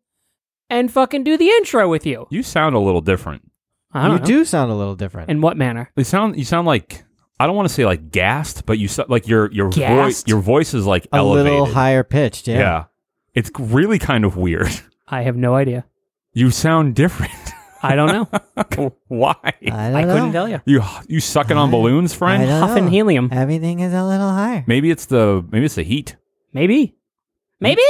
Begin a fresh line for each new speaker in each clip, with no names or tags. and fucking do the intro with you.
you sound a little different.
I don't
you
know.
do sound a little different.
In what manner?
You sound you sound like I don't want to say like gassed, but you so, like your your voice
Gassed?
your voice is like
a
elevated.
little higher pitched, yeah.
yeah. it's really kind of weird.
I have no idea.
You sound different.
I don't know.
Why?
I, don't
I couldn't
know.
tell you.
you you sucking on
I-
balloons, friend?
I don't
Huffing
know.
helium.
Everything is a little higher.
Maybe it's the maybe it's the heat.
Maybe. Maybe.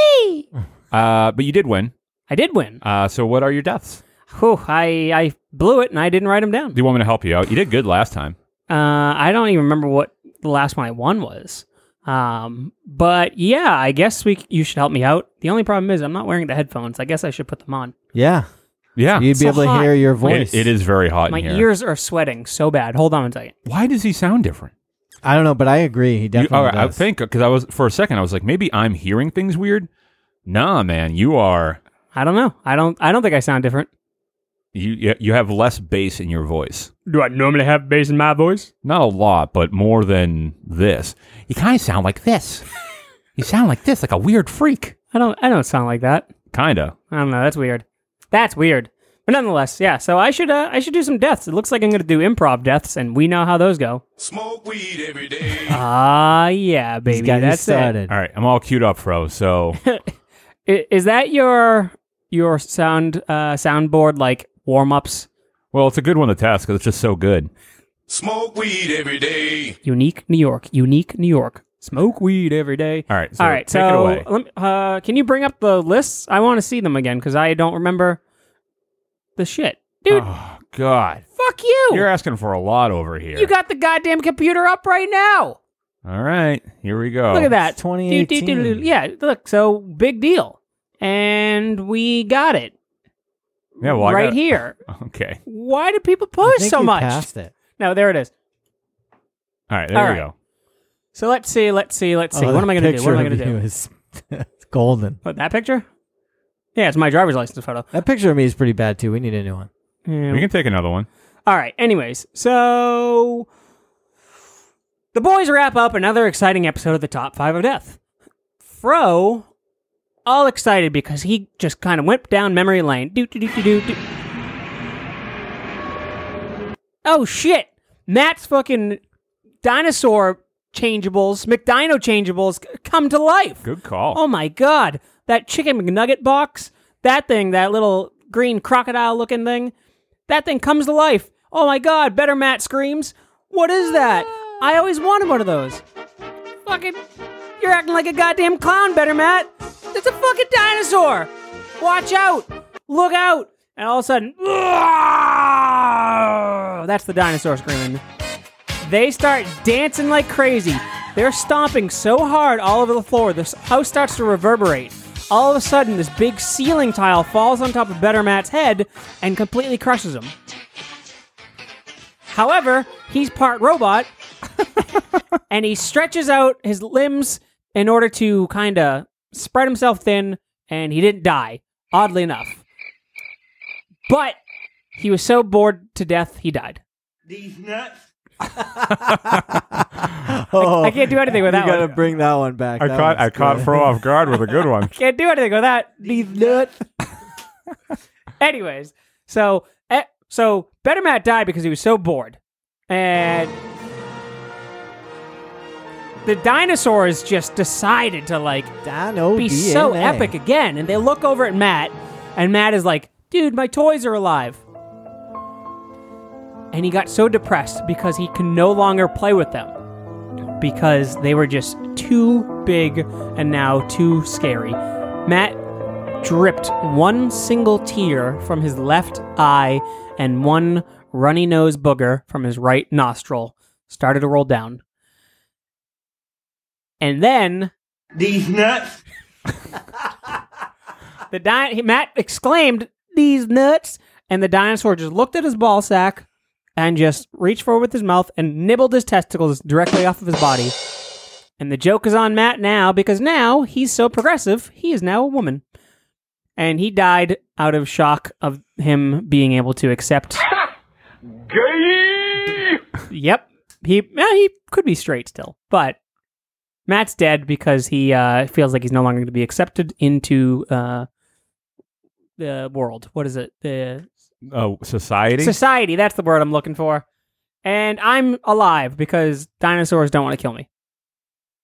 Uh, but you did win.
I did win.
Uh, so what are your deaths?
Whew, I, I blew it and I didn't write them down.
Do you want me to help you out? You did good last time.
Uh, I don't even remember what the last one I won was. Um, but yeah, I guess we c- you should help me out. The only problem is I'm not wearing the headphones. I guess I should put them on.
Yeah.
Yeah,
You'd be
so
able to
hot.
hear your
it,
voice.
it is very hot
My
in here.
ears are sweating so bad. Hold on one second.
Why does he sound different?
I don't know, but I agree. He
You-
definitely
all right, I
does.
think because I was for a second I was like maybe I'm hearing things weird. Nah, man, you are
I don't know. I don't. I don't think I sound different.
you you- you have less bass in your voice.
Do I normally have bass in my voice?
Not a lot, but more than this. You kind of sound like this. you sound like this, like a weird freak.
I don't. I don't sound like that.
Kinda.
I don't know. That's weird. That's weird. But nonetheless, yeah. So I should. Uh, I should do some deaths. It looks like I'm going to do improv deaths, and we know how those go.
Smoke weed every day.
Ah, yeah, baby.
He's got you
That's it.
started.
All right, I'm all queued up, Fro. So
I- Is that your your sound uh, soundboard like warm ups?
well, it's a good one to test because it's just so good.
Smoke weed every day.
Unique New York, unique New York. Smoke weed every day.
All right, so
All right,
take
so
it away.
Let me, uh, can you bring up the lists? I want to see them again because I don't remember the shit, dude.
Oh God,
fuck you!
you're asking for a lot over here.
you got the goddamn computer up right now.
all right, here we go.
Look at that.
It's 2018.
Do, do, do, do, do. Yeah, look. So big deal, and we got it
Yeah, well, I
right
got-
here.
Okay.
Why do people
I
push
think
so
you
much?
Passed it.
No, there it is.
All right, there
All
we
right.
go.
So let's see, let's see, let's see.
Oh,
what am
that
I going to do? What am I
picture
going to
of you
do?
Is, it's golden.
What, that picture? Yeah, it's my driver's license photo.
That picture of me is pretty bad too. We need a new one.
Yeah.
We can take another one.
All right. Anyways, so the boys wrap up another exciting episode of the Top Five of Death. Fro, all excited because he just kind of went down memory lane. Do do do do do. do. Oh shit! Matt's fucking dinosaur changeables, McDino changeables, c- come to life.
Good call.
Oh my god, that chicken McNugget box, that thing, that little green crocodile looking thing, that thing comes to life. Oh my god, better Matt screams. What is that? I always wanted one of those. Fucking, you're acting like a goddamn clown, better Matt. It's a fucking dinosaur. Watch out, look out. And all of a sudden, that's the dinosaur screaming. They start dancing like crazy. They're stomping so hard all over the floor, the house starts to reverberate. All of a sudden, this big ceiling tile falls on top of Better Matt's head and completely crushes him. However, he's part robot, and he stretches out his limbs in order to kind of spread himself thin, and he didn't die, oddly enough. But he was so bored to death, he died.
Oh,
I can't do anything with that
You gotta
one.
bring that one back.
I
That
caught
one's
I caught
good.
Fro off guard with a good one.
Can't do anything with that. Anyways, so eh, so Better Matt died because he was so bored, and the dinosaurs just decided to like
Dino
be
DNA.
so epic again, and they look over at Matt, and Matt is like, "Dude, my toys are alive." And he got so depressed because he can no longer play with them because they were just too big and now too scary. Matt dripped one single tear from his left eye and one runny nose booger from his right nostril started to roll down. And then these nuts. the di- he- Matt exclaimed, "These nuts!" And the dinosaur just looked at his ball sack and just reached forward with his mouth and nibbled his testicles directly off of his body. And the joke is on Matt now because now he's so progressive, he is now a woman and he died out of shock of him being able to accept. yep, he eh, he could be straight still, but Matt's dead because he uh, feels like he's no longer going to be accepted into uh, the world. What is it? The
Oh, society.
society. That's the word I'm looking for. And I'm alive because dinosaurs don't want to kill me.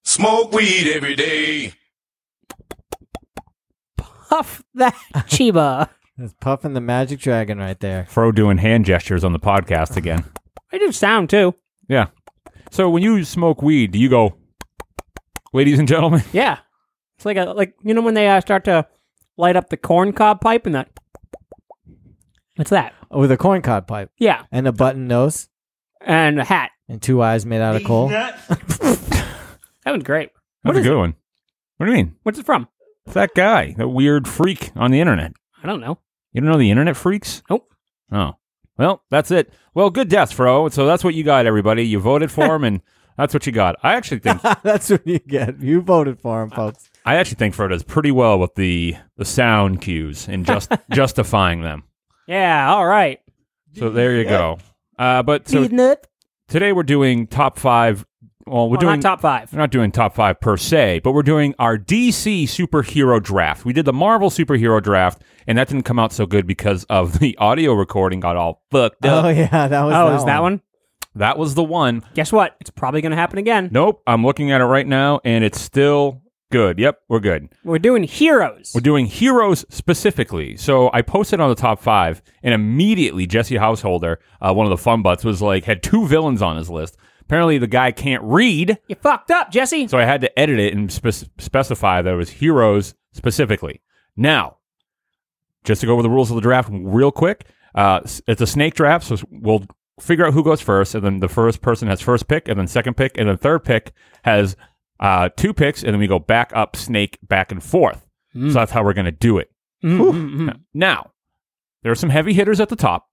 Smoke weed every day.
Puff that Chiba.
That's puffing the magic dragon right there.
Fro doing hand gestures on the podcast again.
I do sound too.
yeah. So when you smoke weed, do you go, ladies and gentlemen?
Yeah, it's like a like you know when they uh, start to light up the corn cob pipe and that. What's that?
Oh, with a corncob pipe
Yeah,
and a button nose
and a hat.
and two eyes made out of coal.
That one's great.
That's a good one. What do you mean?
What's it from?
It's that guy, that weird freak on the internet.
I don't know.
You don't know the internet freaks?
Nope.
Oh. Well, that's it. Well, good death, Fro. So that's what you got, everybody. You voted for him, and that's what you got. I actually think
That's what you get. You voted for him, folks.
I actually think Fro does pretty well with the the sound cues and just justifying them.
Yeah. All right.
So there you go. Uh, but so today we're doing top five. Well, we're
Well,
doing
Oh, not top five.
We're not doing top five per se, but we're doing our DC superhero draft. We did the Marvel superhero draft, and that didn't come out so good because of the audio recording got all fucked up.
Oh yeah, that was.
Oh,
that
is that one?
That was the one.
Guess what? It's probably going to happen again.
Nope, I'm looking at it right now, and it's still good. Yep, we're good.
We're doing heroes.
We're doing heroes specifically. So I posted on the top five, and immediately Jesse Householder, uh, one of the fun butts, was like, had two villains on his list. Apparently, the guy can't read,
you fucked up, Jesse.
so I had to edit it and spec- specify that it was heroes specifically. Now, just to go over the rules of the draft real quick, uh, s- it's a snake draft, so s- we'll figure out who goes first, and then the first person has first pick, and then second pick, and then third pick has uh, two picks, and then we go back up, snake, back and forth.
Hmm.
So that's how we're going to do it.
Mm, mm, mm.
Now, there are some heavy hitters at the top,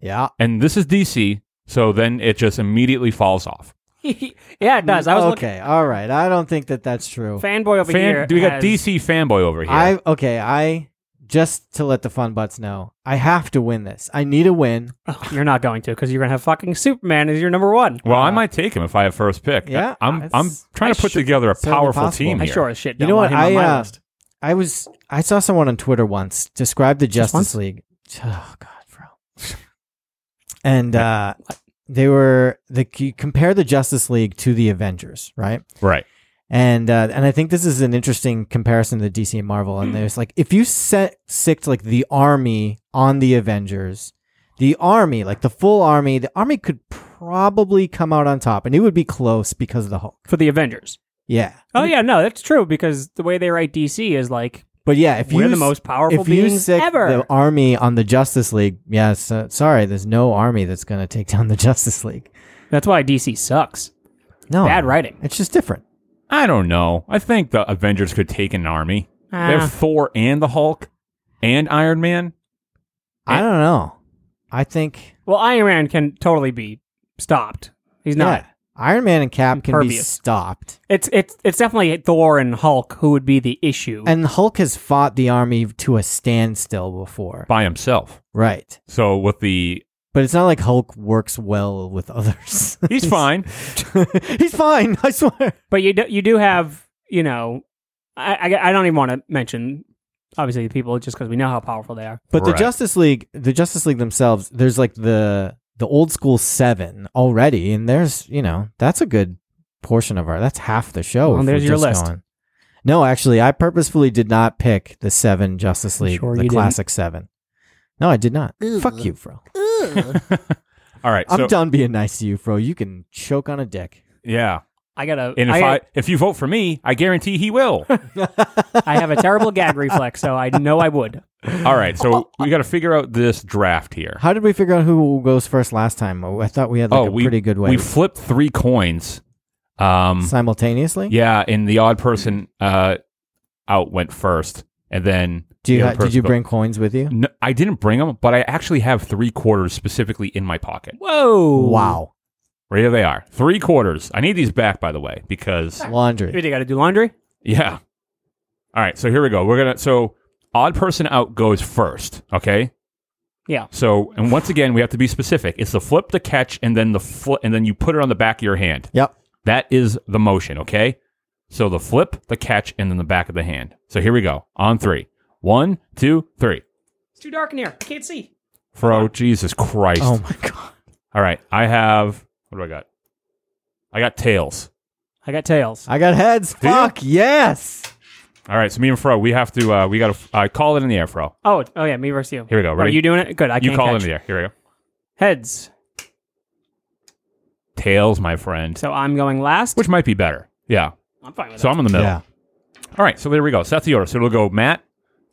Yeah.
and this is DC, so then it just immediately falls off.
mm. yeah, it does. I was
okay. All right. I don't think that that's true.
looking fanboy over here.
Fan, we got
has-
DC fanboy over here.
I okay. I just to let the fun butts know, I have to win this. I need a win.
Oh, you're not going to because you're gonna have fucking Superman as your number one.
well, I might take him if I have first pick.
Uh, Yeah,
I, am
it's-
I'm trying to
I
put
should-
together a
certainly
powerful
possible.
team
I
here.
sure as shit.
You
Don't
know
want
what?
him on my
I uh,
list.
I was I saw someone on Twitter once describe the Justice
once?
League. Oh God, bro. And uh, they were the you compare the Justice League to the Avengers, right?
Right.
And uh, and I think this is an interesting comparison to DC and Marvel.
Hmm.
And there's like if you set sicked like the army on the Avengers, the army like the full army, the army could probably come out on top, and it would be close because of the Hulk.
for the Avengers.
Yeah,
Oh yeah, no, that's true because the way they write DC is like
but yeah, if
we're
you
the
s-
most powerful
if you
beings
sick
ever.
the army on the Justice League, yeah, so, sorry, there's no army that's gonna take down the Justice League.
that's why DC sucks.
No,
Bad writing.
It's just different.
I don't know. I think the Avengers could take an army. they
Ah.
have Thor and the Hulk and Iron Man.
I don't know. I think
Well, Iron Man can totally be stopped. He's not.
yeah, Iron Man and Cap can be
Impervious.
stopped.
It's it's it's definitely Thor and Hulk who would be the issue.
And Hulk has fought the army to a standstill before.
by himself.
Right.
So with the
But it's not like Hulk works well with others.
he's fine.
He's fine, I swear.
but you do, you do have you know, I I, I don't even want to mention obviously the people just because we know how powerful they are.
But the
Right.
Justice League, the Justice League themselves, there's like the the old school 7 already and there's, you know, that's a good portion of our that's half the show.
Well,
if
there's
we're
your
just
list.
going- No, actually, I purposefully did not pick the 7 Justice League,
Sure
the
you didn't.
classic 7. No, I did not.
Ugh.
Fuck you, Fro.
All right.
I'm
so
done being nice to you, Fro. You can choke on a dick.
yeah.
I gotta.
And if
uh,
I,
I if you vote for me, I guarantee he will.
I have a terrible gag reflex, so I know I would.
All right.
Oh.
So we got to figure out this draft here.
How did we figure out who goes first last time? Oh, I thought we had like
oh,
a
we
pretty good way.
we flipped three coins. Um.
simultaneously.
Yeah, and the odd person uh out went first, and then
Do you
the
ha-
other
did you
person-
bring coins with you?
No, I didn't bring them, but I actually have three quarters specifically in my pocket.
Whoa!
Wow,
Right here they are, three quarters. I need these back, by the way, because
laundry.
You gotta do laundry.
Yeah. All right. So here we go. We're gonna. So odd person out goes first. Okay.
Yeah.
So and once again we have to be specific. It's the flip, the catch, and then the flip, and then you put it on the back of your hand.
Yep.
That is the motion. Okay. So the flip, the catch, and then the back of the hand. So here we go. On three. One, two, three.
It's too dark in here. I can't see.
Fro, Jesus Christ.
Oh my god.
All right. I have. What do I got? I got tails.
I got tails.
I got heads.
you?
Fuck yes.
All right. So me and Fro, we have to. Uh, we got to uh, call it in the air, Fro.
Oh, oh yeah, me versus you.
Here we go.
Are
Ready?
you doing it? Good. I
you
can't
call it
catch.
in the air. Here we go.
Heads.
Tails, my friend.
So I'm going last.
which might be better. Yeah.
I'm fine with
So
that.
I'm in the middle. All right. So there we go. So that's the order. So it'll go Matt,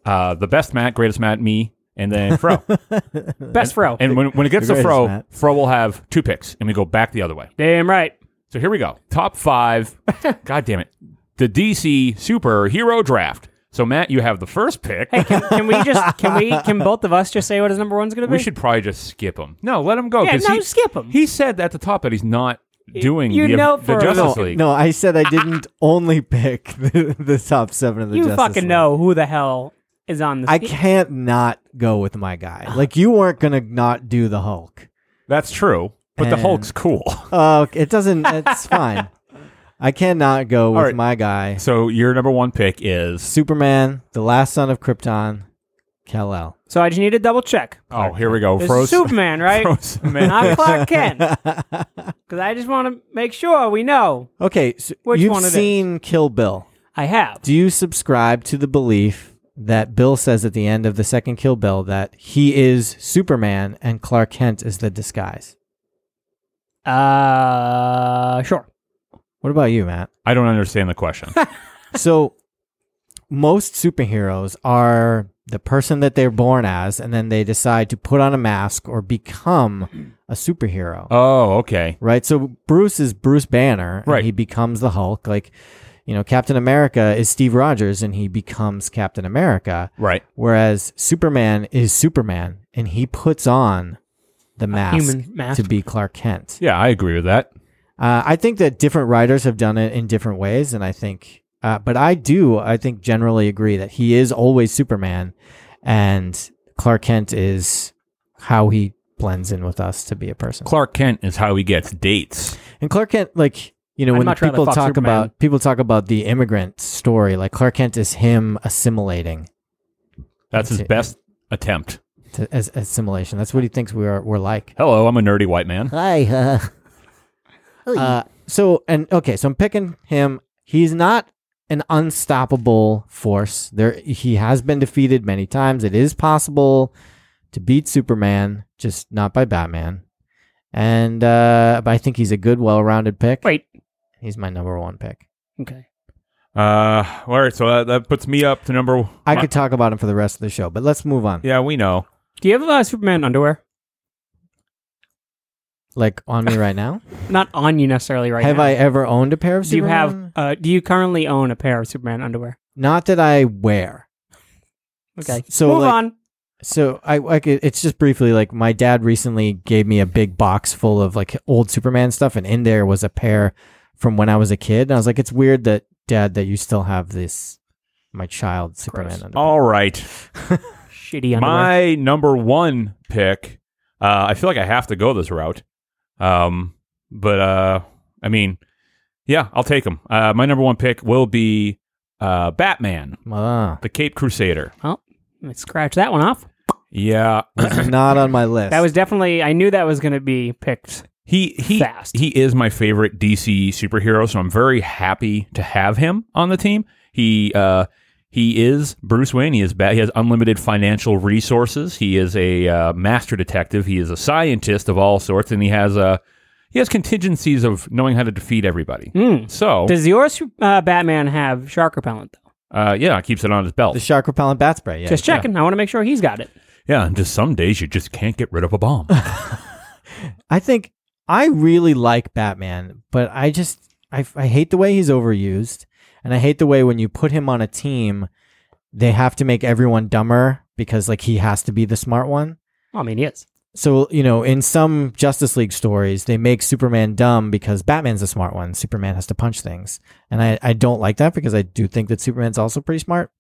uh, the best Matt, greatest Matt, me, and then Fro.
Best fro.
and when, when it gets
The
to Fro,
greatest Matt.
Fro will have two picks, and we go back the other way.
Damn right.
So here we go. Top five. God damn it. The DC superhero draft. So Matt, you have the first pick.
Hey, can, can we just can we can both of us just say what his number one's gonna be?
we should probably just skip him. No, let him go.
Yeah,
'cause
no,
he,
skip him.
He said at the top that he's not doing
you
the,
know
the
for a
Justice
No,
League.
no, I said I didn't only pick the, the top seven of the
you
Justice
fucking
League.
know who the hell is on this.
I can't not go with my guy. Like you weren't gonna not do the Hulk.
That's true. But the
And-
Hulk's cool.
Oh, it doesn't. It's fine. I cannot go with
right.
my guy.
So your number one pick is
Superman, the last son of Krypton, Kal El.
so I just need to double check.
Oh, here we go.
It's
Froze,
Superman, right?
Froze
Not Clark Kent. Because I just want to make sure we know
Okay, so
Which
you've
one it is?
seen Kill Bill.
I have.
Do you subscribe to the belief that Bill says at the end of the second Kill Bill that he is Superman and Clark Kent is the disguise?
Uh, sure.
What about you, Matt?
I don't understand the question.
so most superheroes are the person that they're born as and then they decide to put on a mask or become a superhero.
oh, okay.
right? So Bruce is Bruce Banner, and
Right.
He becomes the Hulk. Like, you know, Captain America is Steve Rogers, and he becomes Captain America.
Right.
Whereas Superman is Superman, and he puts on the mask,
human mask.
to be Clark Kent.
Yeah, I agree with that.
Uh, I think that different writers have done it in different ways, and I think, uh, but I do, I think, generally agree that he is always Superman, and Clark Kent is how he blends in with us to be a person.
Clark Kent is how he gets dates.
And Clark Kent, like you know,
I'd
when
much rather
people
fuck
talk
Superman.
about people talk about the immigrant story, like Clark Kent is him assimilating
That's his
That's it.
best attempt.
to, as assimilation. That's what he thinks we are. We're like.
Hello, I'm a nerdy white man.
Hi. Uh, uh, so and okay, so I'm picking him. He's not an unstoppable force. There, he has been defeated many times. It is possible to beat Superman, just not by Batman. And uh, but I think he's a good, well-rounded pick.
Wait.
he's my number one pick.
Okay.
Uh, all right, so that, that puts me up to number.
I could talk about him for the rest of the show, but let's move on.
Yeah, we know.
Do you have uh, Superman underwear?
Like on me right now.
Not on you necessarily right
have
now.
I ever owned a pair of
Do you
Superman?
have? Uh, do you currently own a pair of Superman underwear?
Not that I wear.
Okay.
So,
move
like-
on.
So I, I could, it's just briefly like my dad recently gave me a big box full of like old Superman stuff, and in there was a pair from when I was a kid. And I was like, it's weird that dad that you still have this, my child Superman. underwear.
Oh.
All right,
Shitty underwear.
my number one pick. Uh, I feel like I have to go this route. Um, but uh, I mean, yeah, I'll take him. Uh, my number one pick will be uh, Batman,
Ah,
the Cape Crusader.
Let's scratch that one off.
Yeah,
was not on my list.
That was definitely. I knew that was going to be picked.
He he
Fast.
he is my favorite DC superhero, so I'm very happy to have him on the team. He uh he is Bruce Wayne. He is ba- he has unlimited financial resources. He is a uh, master detective. He is a scientist of all sorts, and he has uh, he has contingencies of knowing how to defeat everybody.
Hmm.
Oh.
So
Does your su- uh, Batman have shark repellent though?
uh, yeah, keeps it on his belt.
the shark repellent bat spray. Yeah,
Just checking. I want to make sure he's got it.
yeah, and just some days you just can't get rid of a bomb.
I think I really like Batman, but I just I, I hate the way he's overused, and I hate the way when you put him on a team, they have to make everyone dumber because like he has to be the smart one.
Well, I mean, he is.
So you know, in some Justice League stories, they make Superman dumb because Batman's the smart one. Superman has to punch things, and I I don't like that because I do think that Superman's also pretty smart.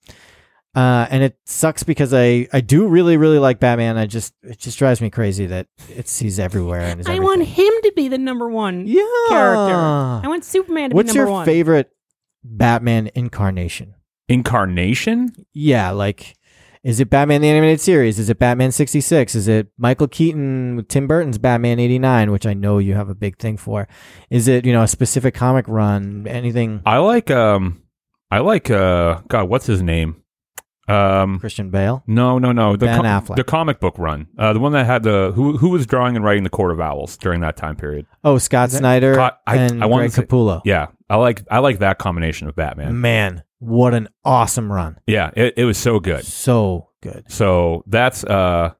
Uh, and it sucks because I, I do really really like Batman. I just it just drives me crazy that it's he's everywhere and is
I
everything.
want him to be the number one
yeah.
character. I want Superman to
What's
be number
your
one.
favorite Batman incarnation?
Incarnation?
Yeah, like is it Batman the animated series? Is it Batman 66? Is it Michael Keaton with Tim Burton's Batman 89, which I know you have a big thing for? Is it, you know, a specific comic run, anything
I like um I like uh God, what's his name? Um
Christian Bale?
No, no, no. The
Ben
com-
Affleck.
the comic book run, uh, the one that had the who who was drawing and writing the Court of Owls during that time period.
Oh, Scott Snyder
Scott- I-
and
I wanted
Greg
to say-
Capullo.
Yeah, I like I like that combination of Batman.
Man, what an awesome run.
Yeah, it, it was so good.
So good.
So that's uh,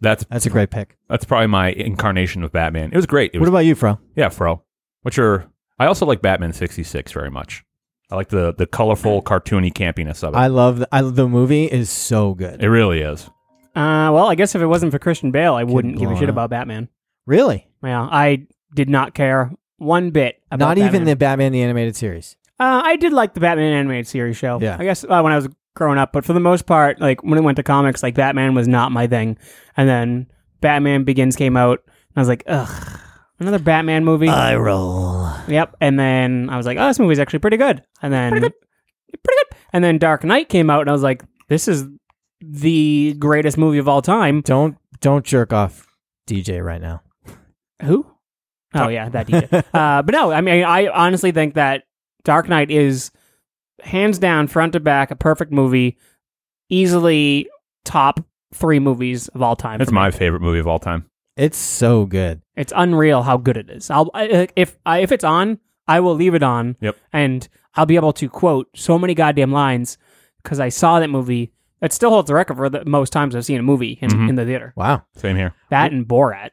that's
That's a great pick.
that's probably my incarnation of Batman. It was great. It was
What about you, Fro?
yeah, Fro. What's your? I also like Batman sixty six very much. I like the the colorful, cartoony campiness of it.
Mm. I love the, I, the movie is so good.
it really is.
Uh, well, I guess if it wasn't for Christian Bale, I wouldn't give a
blown
shit
up.
about Batman.
really?
Yeah, I did not care one bit about
Not even
Batman.
the Batman the animated series.
Uh, I did like the Batman animated series show.
Yeah.
I guess uh, when I was growing up, but for the most part, like when it went to comics, like Batman was not my thing. And then Batman Begins came out, and I was like, ugh, another Batman movie.
roll.
yep. And then I was like, oh, this movie's actually pretty good. And then pretty good. pretty good. And then Dark Knight came out, and I was like, this is the greatest movie of all time.
Don't don't jerk off DJ right now.
Who? Oh yeah, that DJ. uh, but no, I mean, I honestly think that Dark Knight is hands down, front to back, a perfect movie, easily top three movies of all time.
It's
for me.
my favorite movie of all time.
It's so good.
It's unreal how good it is. I'll I, if I, if it's on, I will leave it on.
Yep.
And I'll be able to quote so many goddamn lines because I saw that movie. It still holds the record for the most times I've seen a movie in,
Mhm.
in the theater.
Wow.
Same here.
That and Borat.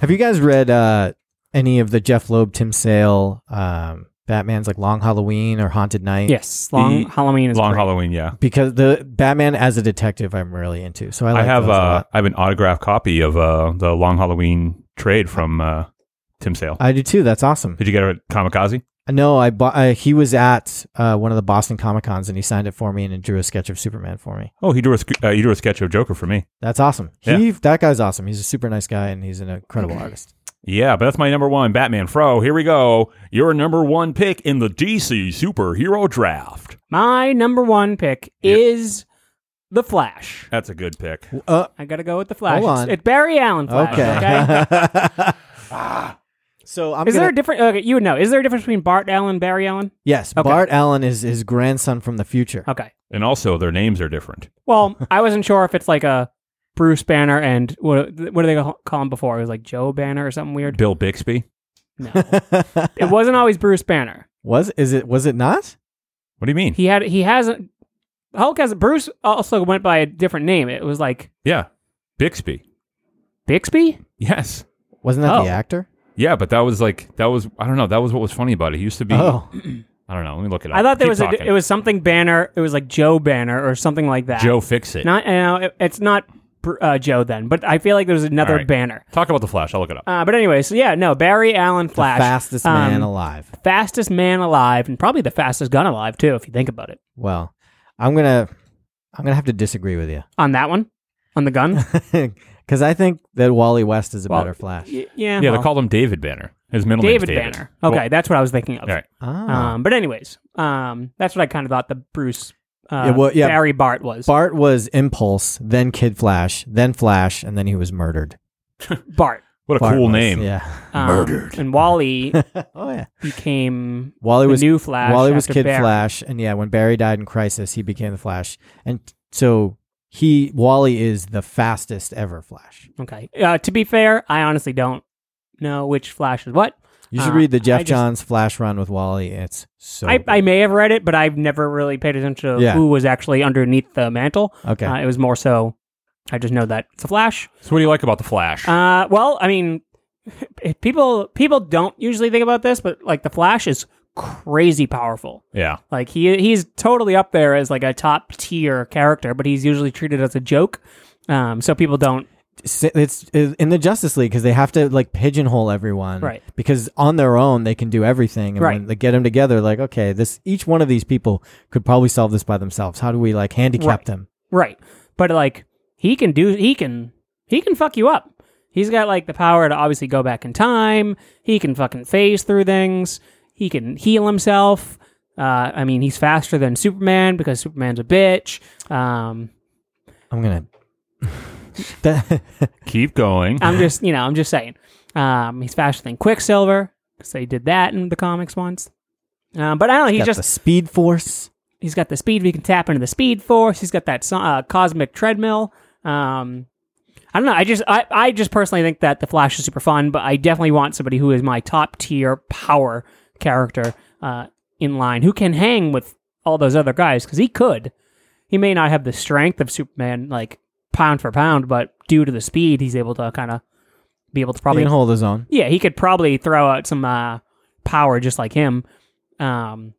Have you guys read uh, any of the Jeff Loeb, Tim Sale, um, Batman's like Long Halloween or Haunted Night?
yes, Long
The-
Halloween is
Long
great.
Halloween, yeah.
Because the Batman as a detective, I'm really into. So I, like
I have
those a
uh,
lot.
I have an autographed copy of uh, the Long Halloween trade from uh, Tim Sale.
I do too. That's awesome.
Did you get a kamikaze?
No, I bought. Uh, he was at uh, one of the Boston Comic Cons and he signed it for me and he drew a sketch of Superman for me.
Oh, he drew a sk- uh, he drew a sketch of Joker for me.
That's awesome. He that guy's awesome. He's a super nice guy and he's an incredible artist.
Yeah, but that's my number one, Batman Fro. Here we go. Your number one pick in the DC superhero draft.
My number one pick
Yeah.
is the Flash.
That's a good pick.
Uh,
I gotta go with the Flash.
Hold
It's-
on.
It's Barry Allen Flash. Okay.
okay. Ah. so I'm
Is
gonna,
there a different? Okay, you would know. Is there a difference between Bart Allen and Barry Allen?
yes,
okay.
Bart Allen is his grandson from the future.
Okay.
And also, their names are different.
Well, I wasn't sure if it's like a Bruce Banner and what what do they call call him before? It was like Joe Banner or something weird.
Bill Bixby.
No, it wasn't always Bruce Banner.
was is it was it not?
What do you mean?
He had he hasn't. Hulk has Bruce also went by a different name. It was like
yeah, Bixby.
Bixby.
Yes.
Wasn't that
Oh.
the actor?
Yeah, but that was like that was I don't know that was what was funny about it. He used to be
Oh,
I don't know. Let me look it up.
I thought there
Keep
was a,
talking.
it was something Banner. It was like Joe Banner or something like that.
Joe Fix It.
Not no, it, it's not Br- uh, Joe then, but I feel like there was another
All right.
Banner.
Talk about the Flash. I'll look it up.
Uh, but anyway, so yeah, no Barry Allen
the
Flash,
fastest
Um,
man alive.
fastest man alive, and probably the fastest gun alive too, if you think about it.
Well, I'm gonna I'm gonna have to disagree with you
On that one, on the gun.
because I think that Wally West is a
Well,
better Flash.
Y-
yeah,
yeah, well,
they called him David Banner. His middle name
Uh-huh. David, Banner. Okay, that's what I was thinking of.
All right.
Ah.
Um, but anyways, um, that's what I kind of thought the Bruce uh,
Yeah, well, yeah.
Barry Bart was.
Bart was Impulse, then Kid Flash, then Flash, and then he was murdered.
Bart.
What a
Bart
cool
was,
name.
Yeah.
Um, Murdered. And Wally
Oh yeah.
became
Wally
the
was
new Flash.
Wally was
after
Kid
Barry.
Flash, and yeah, when Barry died in Crisis, he became the Flash, and so he Wally is the fastest ever Flash.
Okay. Uh, to be fair, I honestly don't know which Flash is what.
You should
Uh,
read the Jeff
I just-
Johns Flash run with Wally. It's so
I,
good.
I may have read it, but I've never really paid attention to
Yeah.
who was actually underneath the mantle.
okay.
Uh, it was more so, I just know that it's a Flash.
So what do you like about the Flash?
Uh, well, I mean, people people don't usually think about this, but like the Flash is crazy powerful.
yeah.
Like he he's totally up there as like a top tier character, but he's usually treated as a joke. Um, so people don't.
S- it's it's in the Justice League because they have to like pigeonhole everyone,
Right.
Because on their own they can do everything, and when
Right.
they get them together, like okay, this each one of these people could probably solve this by themselves. How do we like handicap
Right.
them?
Right. But like he can do he can he can fuck you up. He's got like the power to obviously go back in time. He can fucking phase through things. He can heal himself. Uh, I mean, he's faster than Superman because Superman's a bitch. Um,
I'm gonna. That-
Keep going.
I'm just, you know, I'm just saying. Um, he's faster than Quicksilver because they did that in the comics once. Um, but I don't know. He's
got
just
the Speed Force.
He's got the speed. We can tap into the speed force. He's got that so- uh, cosmic treadmill. Um, I don't know. I just, I, I just personally think that the Flash is super fun, but I definitely want somebody who is my top tier power character uh, in line who can hang with all those other guys because he could. He may not have the strength of Superman, like pound for pound, but due to the speed, he's able to kind of be able to
He
probably
can hold his own.
yeah, he could probably throw out some uh, power just like him. Um,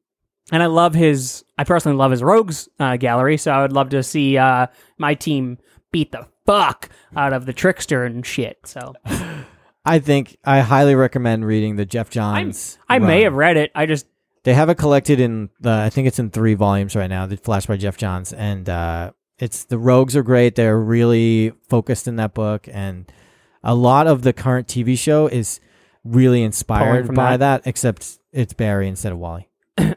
and I love his. I personally love his rogues uh, gallery, so I would love to see uh, my team beat the fuck out of the trickster and shit. So
I think I highly recommend reading the Jeff Johns.
I may
run.
have read it. I just
They have it collected in the. I think it's in three volumes right now. The Flash by Jeff Johns, and uh, it's the Rogues are great. They're really focused in that book, and a lot of the current TV show is really
Pulling
inspired
from
by that. except it's Barry instead of Wally.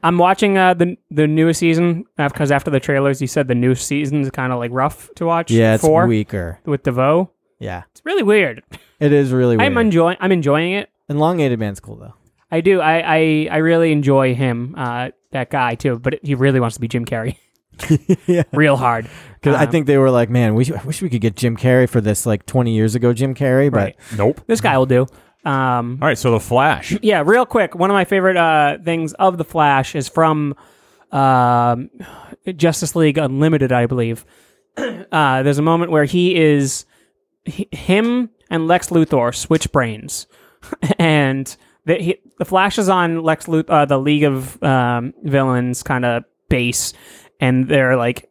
I'm watching uh, the the newest season because after the trailers, you said the new season is kind of like rough to watch.
Yeah, it's
four
weaker.
with DeVoe.
Yeah,
It's really weird.
it is really weird.
I'm enjoying. I'm enjoying it.
Elongated Man's cool though.
I do. I I, I really enjoy him, uh, that guy too. But he really wants to be Jim Carrey,
yeah.
real hard.
Because I
Um,
think they were like, man, we I wish we could get Jim Carrey for this like 20 years ago, Jim Carrey, but
Right.
nope.
this guy will do. Um,
All right. So the Flash.
yeah. Real quick, one of my favorite uh, things of the Flash is from um, Justice League Unlimited, I believe. uh, there's a moment where he is he, him and Lex Luthor switch brains, and the, he, the Flash is on Lex Luth- uh, the League of um, Villains kind of base, and they're like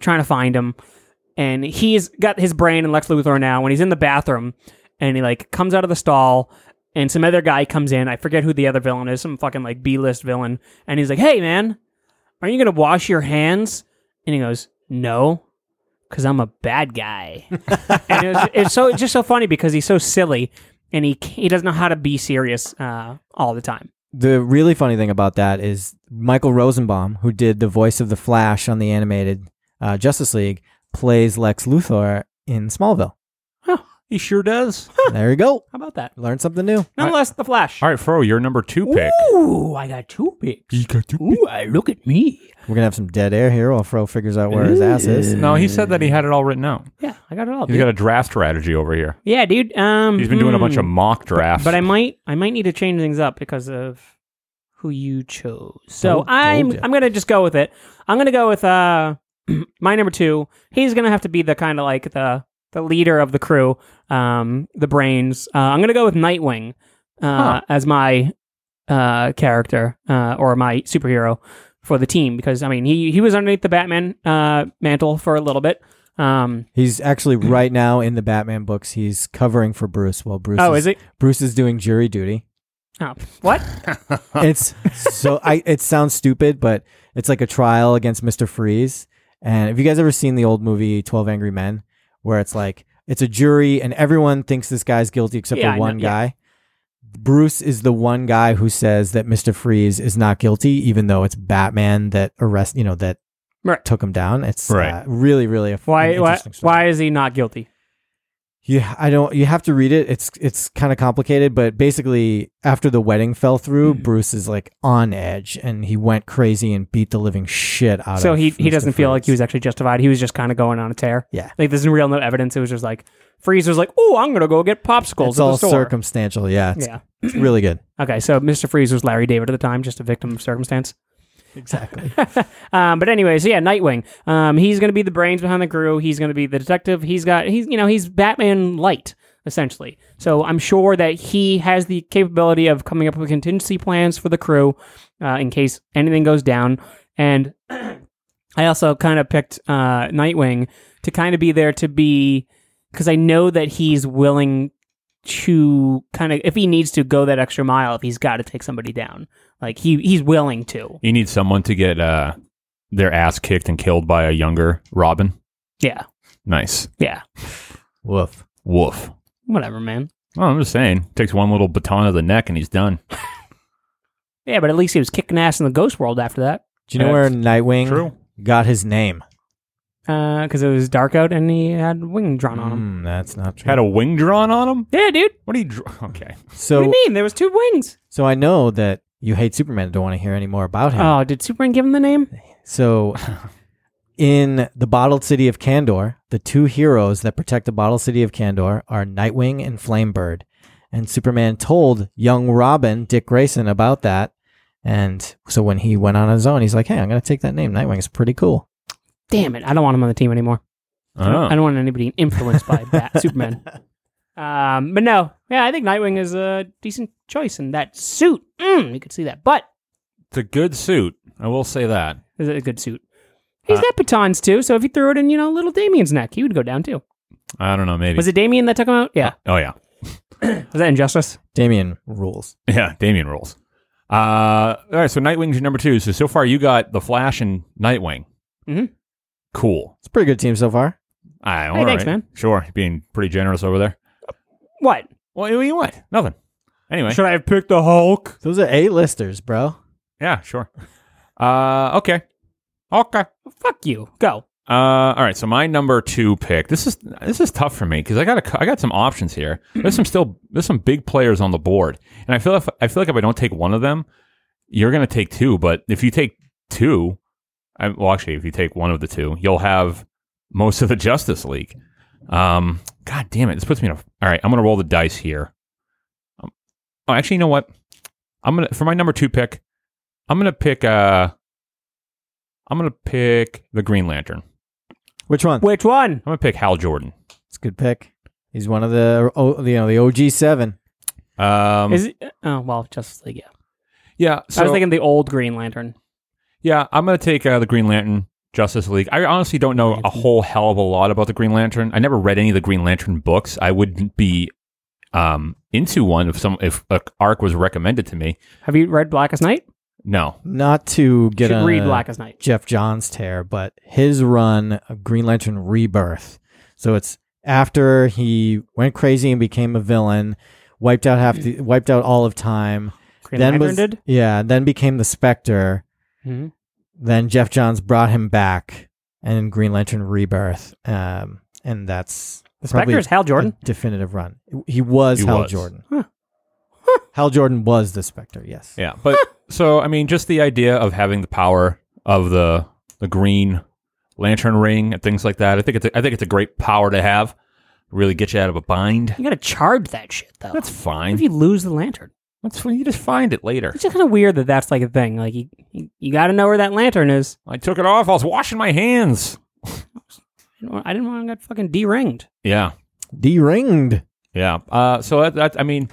trying to find him, and he's got his brain in Lex Luthor now. When he's in the bathroom, and he like comes out of the stall, and some other guy comes in. I forget who the other villain is, some fucking like B list villain, and he's like, "Hey, man, aren't you gonna wash your hands?" And he goes, "No, because I'm a bad guy." and it was, it's so it's just so funny because he's so silly and he c- he doesn't know how to be serious uh, all the time.
The really funny thing about that is Michael Rosenbaum, who did the voice of the Flash on the animated uh, Justice League, plays Lex Luthor in Smallville.
He sure does.
there you go.
How about that?
Learn something new.
Nonetheless, the Flash.
All right, Fro, your number two pick.
Ooh, I got two picks.
You got two
Ooh, I- look at me.
We're gonna have some dead air here while Fro figures out where his ass is.
No, he said that he had it all written out.
Yeah, I got it all.
He's
dude.
got a draft strategy over here.
yeah, dude. Um,
He's been doing a bunch
hmm.
of mock drafts.
but I might I might need to change things up because of who you chose. So
Told- told
I'm
ya.
I'm gonna just go with it. I'm gonna go with uh my number two. He's gonna have to be the kind of like the the leader of the crew, um, the brains. Uh, I'm gonna go with Nightwing uh, as my uh character uh or my superhero for the team because I mean he he was underneath the Batman uh mantle for a little bit. Um,
He's actually right now in the Batman books. He's covering for Bruce while Bruce.
oh,
is,
is it?
Bruce is doing jury duty.
Oh, what?
it's so I. It sounds stupid, but it's like a trial against Mister Freeze. And have you guys ever seen the old movie Twelve Angry Men, where it's like it's a jury and everyone thinks this guy's guilty except
Yeah, I
for
know,
one
yeah.
guy. Bruce is the one guy who says that Mister Freeze is not guilty, even though it's Batman that arrest. You know that
Right.
took him down. It's
Right.
uh, really, really a f-
Why?
an
Why?
interesting story.
Why is he not guilty?
You, I don't. You have to read it. It's it's kind of complicated, but basically, after the wedding fell through,
Mm.
Bruce is like on edge, and he went crazy and beat the living shit out.
So
of
he he
Mr.
doesn't feel like he
Freeze.
was actually justified. He was just kind of going on a tear.
Yeah.
Like there's real no evidence. It was just like Freeze was like, "Oh, I'm gonna go get popsicles
It's
at
all
the store."
circumstantial. Yeah, it's,
yeah.
it's really good.
Okay. So Mr. Freeze was Larry David at the time, just a victim of circumstance.
Exactly.
Um, but anyway, so yeah, Nightwing. Um, he's gonna be the brains behind the crew. He's gonna be the detective. He's got he's you know he's Batman light essentially. So I'm sure that he has the capability of coming up with contingency plans for the crew uh, in case anything goes down. And I also kind of picked uh, Nightwing to kind of be there to be because I know that he's willing to kind of if he needs to go that extra mile if he's got to take somebody down like he he's willing to
you need someone to get uh, their ass kicked and killed by a younger Robin.
yeah
Nice.
yeah
Woof.
Woof.
whatever man
Oh, I'm just saying. Takes one little baton to the neck and he's done.
yeah but at least he was kicking ass in the ghost world after that
Do you know where Nightwing
True.
got his name?
because uh, it was dark out and he had wing drawn on him
Mm, that's not true.
Had a wing drawn on him?
yeah dude
What do you draw? Okay.
so
what do you mean there was two wings
so I know that you hate Superman. and Don't want to hear any more about him.
oh did superman give him the name
So, in the bottled city of Kandor, the two heroes that protect the bottled city of Kandor are Nightwing and Flamebird. And Superman told young Robin, Dick Grayson, about that. And so when he went on his own, he's like, hey, I'm going to take that name. Nightwing is pretty cool.
damn it i don't want him on the team anymore I don't, I
Oh.
don't want anybody influenced by Bat- Superman. Um, but no, yeah, I think Nightwing is a decent choice, and that suit, mm, you could see that. But
It's a good suit. I will say that.
it's a good suit. He's
Uh,
got batons too, so if he threw it in, you know, little Damien's neck, he would go down too.
I don't know. Maybe.
Was it Damien that took him out? Yeah.
oh, yeah.
Was that Injustice?
Damien rules.
Yeah. Damien rules. Uh, all right. So Nightwing's your number two. So, so far you got The Flash and Nightwing.
Mhm.
Cool.
It's a pretty good team so far.
I, all
Hey, thanks,
right.
man.
Sure. Being pretty generous over there.
What?
Well, you mean what? Nothing. Anyway.
Should I have picked the Hulk?
Those are A-listers, bro.
Yeah, sure. Uh, okay. Okay.
Fuck you. Go.
Uh, all right. So my number two pick. This is this is tough for me because I got a cou- I got some options here. There's some still there's some big players on the board, and I feel if I feel like if I don't take one of them, you're gonna take two. But if you take two, I, well, actually, if you take one of the two, you'll have most of the Justice League. Um, God damn it! This puts me in a. All right, I'm gonna roll the dice here. Um, oh, actually, you know what? I'm gonna for my number two pick. I'm gonna pick. Uh, I'm gonna pick the Green Lantern.
Which one?
Which one?
I'm gonna pick Hal Jordan.
It's a good pick. He's one of the, oh, you know, the OG seven.
Um,
Is it? Oh well, Justice League. Yeah.
yeah, so
I was thinking the old Green Lantern.
yeah, I'm gonna take uh, the Green Lantern Justice League. I honestly don't know a whole hell of a lot about the Green Lantern. I never read any of the Green Lantern books. I would be um, into one if some if a arc was recommended to me.
Have you read Blackest Night?
No,
Not to get
Should
on
read
a
Blackest Night.
Jeff Johns tear, but his run, uh, Green Lantern Rebirth. So it's after he went crazy and became a villain, wiped out half the, wiped out all of time.
Green
then
Lantern
was
did.
yeah, then became the Spectre.
Mhm.
Then Jeff Johns brought him back, and Green Lantern Rebirth. Um, and that's
The
probably-
Spectre is Hal Jordan.
a definitive run. He was
He
Hal
was.
Jordan.
Huh.
Hal Jordan was the Spectre. Yes.
yeah, but so I mean, just the idea of having the power of the the green lantern ring and things like that. I think it's a, I think it's a great power to have. Really get you out of a bind.
You got to charge that shit though.
That's
What if
fine.
you lose the lantern?
That's fine. You just find it later.
It's just kind of weird that that's like a thing. Like you, you, you got to know where that lantern is.
I took it off. I was washing my hands.
I didn't want- I didn't want to get fucking de-ringed.
Yeah,
Deringed.
yeah. Uh, so that, that I mean,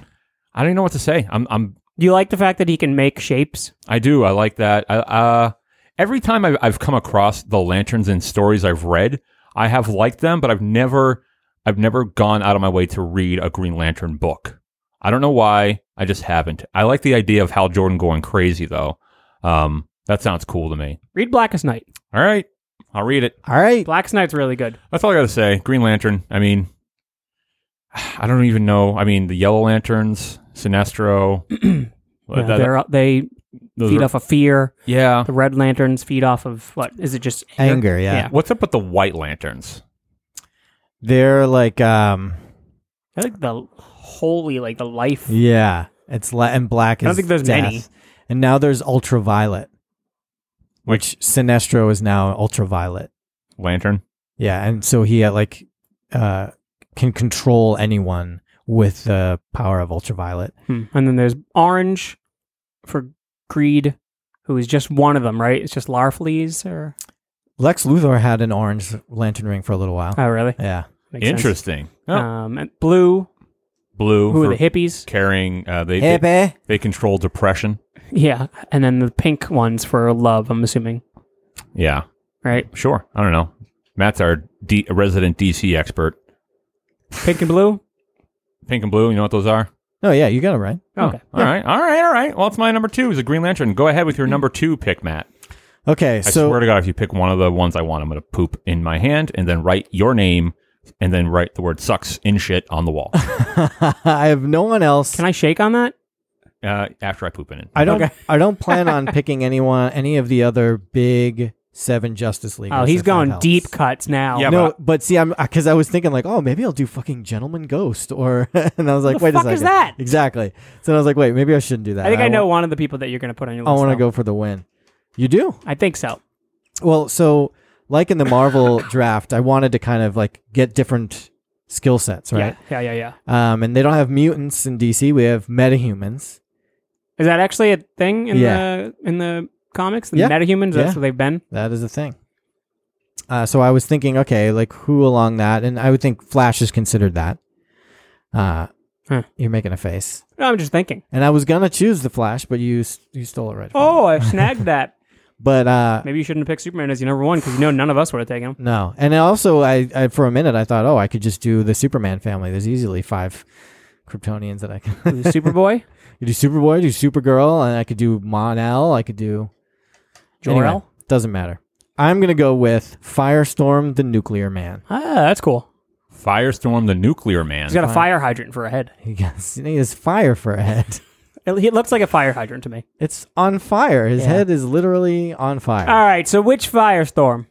I don't even know what to say. I'm I'm
Do you like the fact that he can make shapes?
I do. I like that. I, uh, every time I've, I've come across the lanterns in stories I've read, I have liked them, but I've never, I've never gone out of my way to read a Green Lantern book. I don't know why. I just haven't. I like the idea of Hal Jordan going crazy though. Um, that sounds cool to me.
Read Blackest Night.
All right, I'll read it.
All right.
Blackest Night's really good.
That's all I got to say. Green Lantern. I mean, I don't even know. I mean, the Yellow Lanterns, Sinestro.
You know,
That-
they're, they
those
feed
are-
off of fear.
yeah.
The Red Lanterns feed off of what? Is it just anger?
Anger. Yeah.
Yeah.
What's up with the White Lanterns?
They're like um.
I think the holy, like the life.
Yeah. It's la- and black. Is
I don't think there's
death.
many.
And now there's ultraviolet, which Sinestro is now ultraviolet.
Lantern.
Yeah, and so he uh, like uh can control anyone with the power of ultraviolet.
Hmm. And then there's Orange for Greed, who is just one of them, right? It's just Larfleeze or.
Lex Luthor had an orange lantern ring for a little while.
Oh, really?
yeah.
Makes sense.
Interesting. Oh,
Um, and Blue,
blue.
who
for
are the hippies?
Carrying. Uh, they, they they control depression.
Yeah. And then the pink ones for love, I'm assuming,
Yeah.
right?
Sure. I don't know. Matt's our D, resident DC expert.
Pink and blue?
Pink and blue. You know what those are?
No, yeah, you got it right.
Oh,
Okay.
All right. All right. All right. Well, it's my number two. Is a Green Lantern. Go ahead
Mm-hmm.
with your number two pick, Matt.
Okay,
I
so
swear to God, if you pick one of the ones I want, I'm going to poop in my hand and then write your name and then write the word sucks in shit on the wall
I have no one else.
Can I shake on that?
uh, after I poop in it.
I don't. I don't plan on picking anyone, any of the other big seven Justice League.
Oh, he's going deep cuts now.
Yeah,
no,
but
but see, I'm because I was thinking like, oh, maybe I'll do fucking Gentleman Ghost, or and I was like,
The
wait a
fuck
second,
is that?
exactly? So I was like, wait, maybe I shouldn't do that.
I think I, know
wa-
one of the people that you're going to put on your
I
list.
want to
though.
go for the win. You do
I think so.
well. So like in the Marvel draft, I wanted to kind of like get different skill sets, right?
Yeah. Yeah. Yeah. Yeah.
Um, and they don't have mutants in DC. We have metahumans.
Is that actually a thing in
Yeah.
the in the comics? The
Yeah.
metahumans? That's
Yeah.
what they've been.
That is a thing. Uh, so I was thinking, okay, like who along that, and I would think Flash is considered that. Uh,
Huh.
You're making a face,
No, I'm just thinking.
and I was gonna choose the Flash, but you s- you stole it right. from me.
Oh, I snagged that.
but uh,
Maybe you shouldn't pick Superman as your number one because you know none of us would have taken him.
no, and I also I, I for a minute I thought, oh, I could just do the Superman family. There's easily five Kryptonians that I can.
Who's Superboy,
you do Superboy, do Supergirl, and I could do Mon El. I could do
Jor El.
Anyway, doesn't matter. I'm gonna go with Firestorm, the Nuclear Man.
Ah, that's cool.
Firestorm, the nuclear man.
He's got a fire hydrant for a head.
He gets he has fire for a head.
It, he looks like a fire hydrant to me.
It's on fire. His head is literally on fire.
All right. So which firestorm?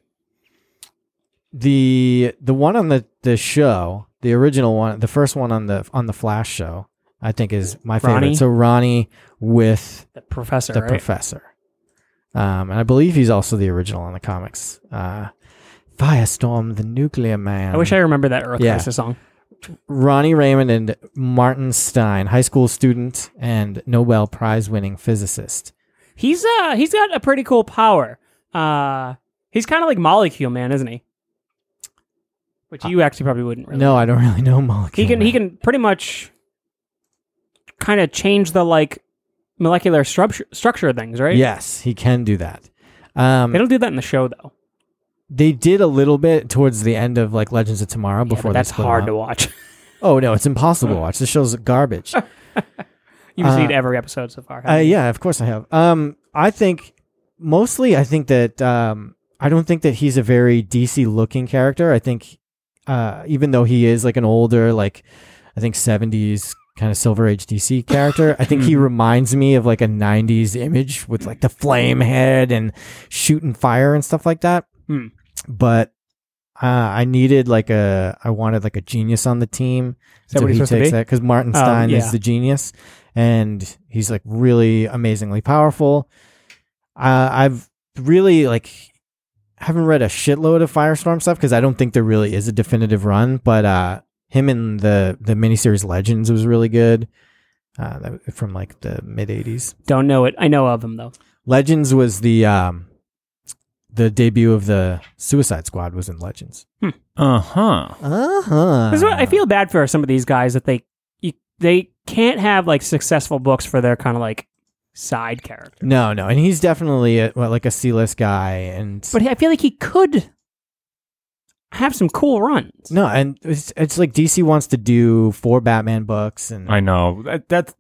the the one on the, the show, the original one, the first one on the on the Flash show, I think is my
Ronnie?
favorite. So Ronnie with
The professor.
the
right?
professor, um, and I believe he's also the original in the comics. Uh, Firestorm, the nuclear man.
I wish I remember that Earth
Yeah.
Crisis song.
Ronnie Raymond and Martin Stein, high school student and Nobel Prize winning physicist.
He's uh he's got a pretty cool power. Uh he's kind of like Molecule Man, isn't he? Which you actually probably wouldn't really.
No, I don't really know molecule.
He can
man.
he can pretty much kind of change the like molecular structure structure of things, right?
Yes, he can do that. Um,
They don't do that in the show though.
They did a little bit towards the end of like Legends of Tomorrow
Yeah,
before
but
they
that's
split
hard
up.
to watch.
Oh no, it's impossible to watch. This show's garbage.
You've seen
Uh,
every episode so far.
Uh,
haven't you?
yeah, of course I have. Um, I think mostly I think that um, I don't think that he's a very DC looking character. I think uh, even though he is like an older, like I think seventies kind of silver age DC character, I think
Hmm.
he reminds me of like a nineties image with like the flame head and shooting fire and stuff like that.
Hmm.
But uh, I needed like a I wanted like a genius on the team.
Is that what he's supposed to be?
that because Martin
Oh,
Stein
yeah.
is the genius, and he's like really amazingly powerful. Uh, I've really like haven't read a shitload of Firestorm stuff because I don't think there really is a definitive run. But uh, him in the the miniseries Legends was really good uh, that- from like the mid '80s.
Don't know it. I know of them though.
Legends was the um, the debut of the Suicide Squad was in Legends.
Uh huh.
Uh huh.
This is what- I feel bad for some of these guys that they you, they can't have like successful books for their kind of like side character.
No, no, and he's definitely a, well, like a C-list guy, and
But I feel like he could have some cool runs.
no, and it's, it's like DC wants to do four Batman books, and
I know that. That's,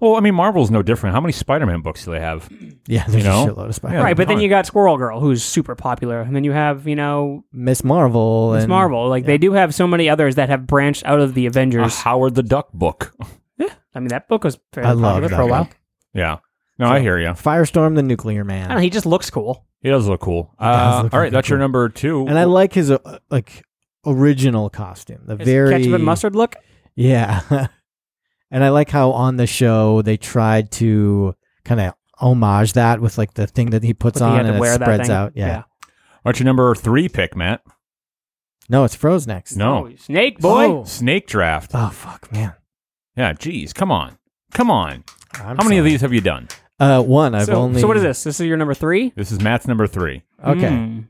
well, I mean, Marvel's no different. How many Spider-Man books do they have?
yeah, there's
know?
a shitload of Spider.
Yeah.
right, but then
Fine.
you got Squirrel Girl, who's super popular, and then you have you know
Miss Marvel,
Miss
and
Marvel. Like they do have so many others that have branched out of the
A
Avengers.
Howard the Duck book.
I mean, that book was very
Ah. I love
popular for a
that
while.
book.
Yeah. No, I hear you.
Firestorm, the Nuclear Man,
I don't know, he just looks cool.
He does look cool.
does
Uh,
look
all right,
fucking
that's your
cool.
number two.
and I like his uh, like original costume, the
His
very
ketchup and mustard look.
Yeah. and I like how on the show they tried to kind of homage that with like the thing that he puts
but he had
on
to
and
wear
it
that
spreads
thing.
out. Yeah.
What's your number three pick, Matt?
No, it's Froze next.
No,
Oh, snake boy.
Oh.
Snake Draft.
Oh fuck, man.
Yeah, geez, come on, come on.
I'm
How many of
sorry.
these have you done?
Uh, one. I've
so,
only.
so what is this? This is your number three.
This is Matt's number three.
Okay.
Mm.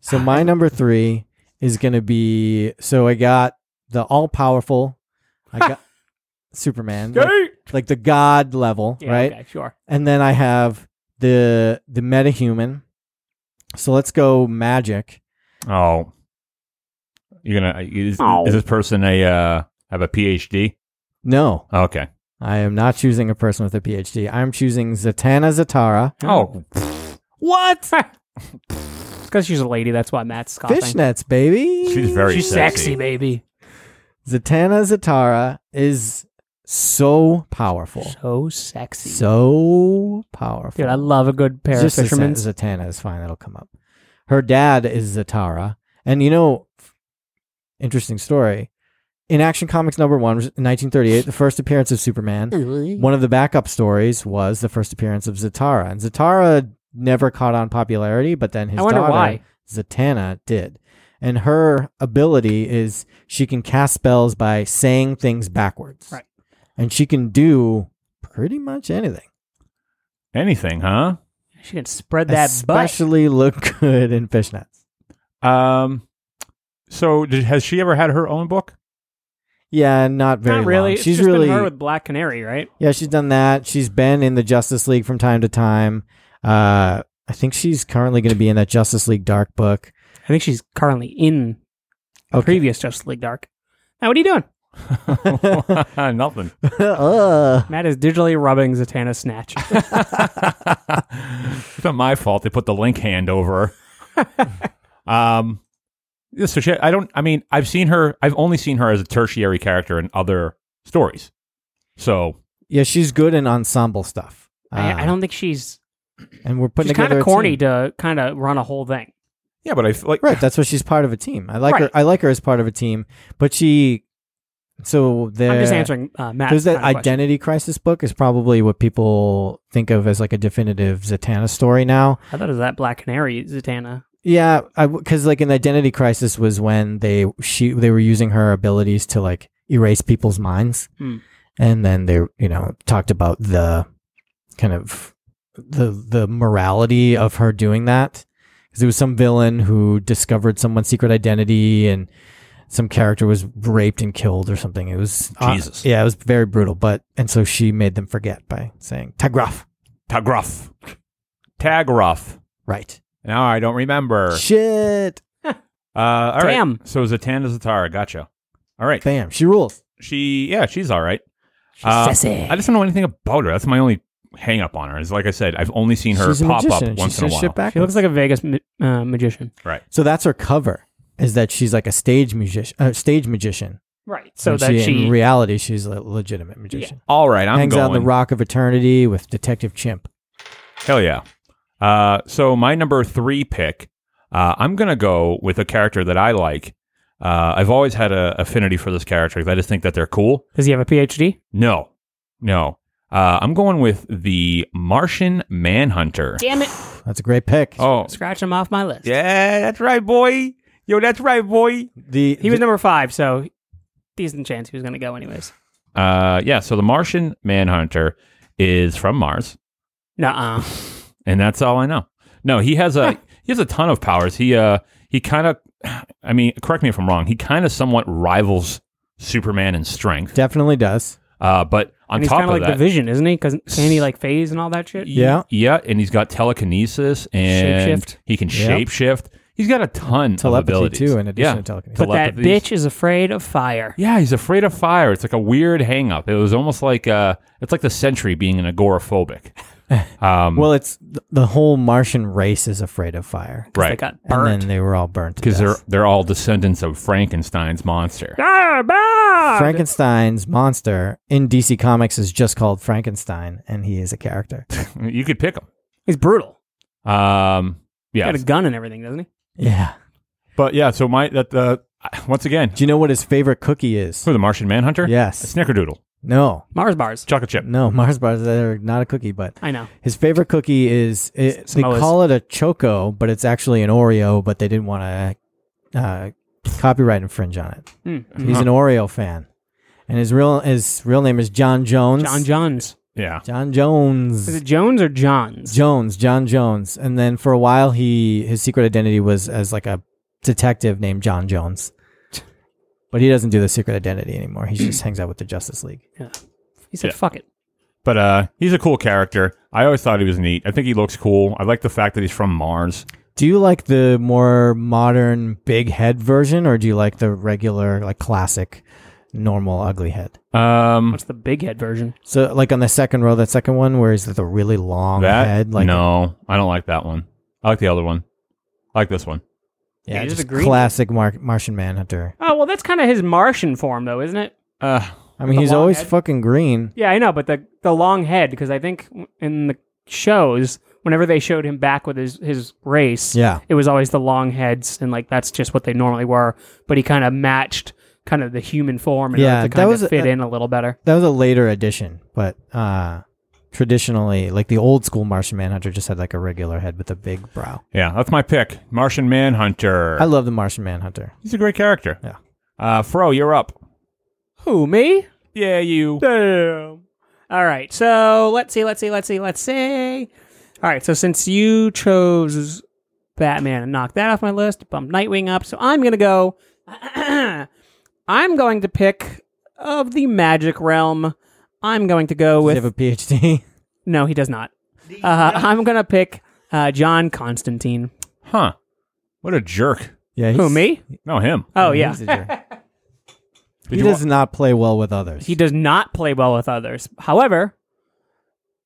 So my number three is gonna be. So I got the all powerful. I got Superman, like, like the god level,
Yeah,
right?
Okay, sure.
And then I have the the metahuman. So let's go magic.
Oh, you're gonna uh, is,
Oh.
is this person a uh, have a PhD?
No,
Okay.
I am not choosing a person with a PhD. I'm choosing Zatanna Zatara.
Oh,
What? Because she's a lady. That's why Matt's coughing.
Fishnets, baby.
she's very
she's sexy. baby.
Zatanna Zatara is so powerful.
So sexy.
So powerful.
Dude, I love a good pair
Just
of
Zat-
fishermen's.
Zatanna is fine. That'll come up. Her dad is Zatara. And you know, f- interesting story. In Action Comics number one, 1938, the first appearance of Superman,
Mm-hmm.
One of the backup stories was the first appearance of Zatara, and Zatara never caught on popularity, but then his
I wonder
daughter
why.
Zatanna did. And her ability is she can cast spells by saying things backwards.
Right.
And she can do pretty much anything.
Anything, huh?
She can spread that butt.
especially look good in fishnets.
Um. So did, has she ever had her own book?
Yeah, not very
Not really.
long.
It's
She's
just
really
been her with Black Canary, right?
Yeah, she's done that. She's been in the Justice League from time to time. Uh I think she's currently going to be in that Justice League Dark book.
I think she's currently in the
Okay.
previous Justice League Dark. Now, what are you doing?
Nothing.
Ugh.
Matt is digitally rubbing Zatanna's snatch.
it's not my fault. They put the link hand over. her. um, yeah, so she, I don't. I mean, I've seen her. I've only seen her as a tertiary character in other stories. So
Yeah, she's good in ensemble stuff.
I, I
Uh,
don't think she's.
And we're putting
She's kind
together
of
a
corny
team.
to kind of run a whole thing.
yeah, but I f- like
Right, that's why she's part of a team. I like her.
Right.
I like her as part of a team, but she. So the
I'm just answering uh, Matt's.
There's that
kind of question.
identity crisis book is probably what people think of as like a definitive Zatanna story now.
I thought it was that Black Canary Zatanna.
Yeah, because like an identity crisis was when they she they were using her abilities to like erase people's minds,
Hmm.
and then they you know talked about the kind of the the morality of her doing that because it was some villain who discovered someone's secret identity and some character was raped and killed or something. It was uh,
Jesus.
yeah, it was very brutal. But and so she made them forget by saying Tagraf,
Tagruff. Tagruff.
right?
Now I don't remember.
Shit,
Uh, all right.
Damn.
So Zatanna Zatara. Gotcha. All right.
bam, she rules.
she yeah, she's all right.
She's
Uh,
sassy.
I just don't know anything about her. That's my only hang up on her. Is like I said, I've only seen her
She's a
pop up
magician.
once
she
in a
says
while.
Shit back.
She looks like a Vegas ma- uh, magician.
so that's her cover. Is that she's like a stage musician? Uh, stage magician.
Right. So
And
that she
in reality, she's a legitimate magician.
All right, I'm
Hangs
going.
out on the Rock of Eternity with Detective Chimp.
Hell yeah. Uh, so my number three pick, uh, I'm gonna go with a character that I like. Uh, I've always had an affinity for this character. 'cause I just think that they're cool.
does he have a PhD?
No, no. Uh, I'm going with the Martian Manhunter.
Damn it!
That's a great pick.
Oh,
Scratch him off my list.
yeah, that's right, boy. Yo, that's right, boy.
the
He was number five, so decent chance he was going to go anyways.
Uh, yeah. So the Martian Manhunter is from Mars,
Nuh-uh.
and that's all I know. No, he has a he has a ton of powers. He uh he kind of, I mean, correct me if I'm wrong. He kind of somewhat rivals Superman in strength.
definitely does.
Uh, but on
And he's
top
kind
of
of like
that,
the Vision, isn't he? Because can he like phase and all that shit?
Yeah.
yeah, and he's got telekinesis and
Shapeshift.
he can
Yeah.
shapeshift. He's got a ton
Telepathy,
of abilities
too, in addition
yeah.
to telekinesis.
But that
telepathy.
bitch is afraid of fire.
Yeah, he's afraid of fire. It's like a weird hang up. It was almost like uh it's like the sentry being an agoraphobic. Um
Well, it's th- the whole Martian race is afraid of fire,
'Cause They
right.
got
and
burnt.
then they were all burnt
Because
because
they're they're all descendants of Frankenstein's monster.
Ah, bah!
Frankenstein's monster in DC Comics is just called Frankenstein, and he is a character.
You could pick him.
He's brutal.
Um yeah.
Got a gun and everything, doesn't he?
yeah.
But yeah, so my that uh, once again,
Do you know what his favorite cookie is?
who the Martian Manhunter?
Yes.
Snickerdoodle.
No.
Mars bars.
Chocolate chip.
No, Mars bars are not a cookie, but
I know.
his favorite cookie is it, they
Samoa's.
call it a choco, but it's actually an Oreo, but they didn't want to uh, copyright infringe on it.
Mm.
He's an Oreo fan, and his real his real name is John Jones.
John Johns.
Yeah.
John Jones.
Is it Jones or Johns?
Jones, John Jones, and then for a while he his secret identity was as like a detective named John Jones, but he doesn't do the secret identity anymore. He just hangs out with the Justice League.
he said,
Yeah.
"Fuck it."
But uh he's a cool character. I always thought he was neat. I think he looks cool. I like the fact that he's from Mars.
Do you like the more modern big head version, or do you like the regular, like classic, normal ugly head?
Um
What's the big head version?
So, like on the second row, that second one, where is the really long
that
head? Like
no, I don't like that one. I like the other one. I like this one.
yeah,
Yeah, just
just
a green
classic Mar- Martian Manhunter.
Oh well, that's kind of his Martian form, though, isn't it?
Uh,
I mean,
The
he's
long
always
head?
fucking green.
Yeah, I know, but the the long head because I think in the shows whenever they showed him back with his his race,
Yeah,
it was always the long heads and like that's just what they normally were. But he kind of matched kind of the human form and
Yeah,
to
that
kind
was-
of fit
that-
in a little better.
that was a later addition, but uh traditionally, like the old school Martian Manhunter just had like a regular head with a big brow.
yeah, that's my pick. Martian Manhunter.
I love the Martian Manhunter.
He's a great character.
Yeah.
Uh, Fro, you're up.
Who me?
Yeah, you.
Damn. All right, so let's see, let's see, let's see, let's see. All right, so since you chose Batman and knocked that off my list, bumped Nightwing up, so I'm gonna go. I'm going to pick of the magic realm. I'm going to go
Does
with
he have a PhD?
No, he does not. Uh, I'm gonna pick uh, John Constantine.
Huh. What a jerk.
yeah,
Who
he's-
me?
No, him.
Oh yeah,
he's a jerk.
Did
he
you
does not play well with others.
he does not play well with others. However,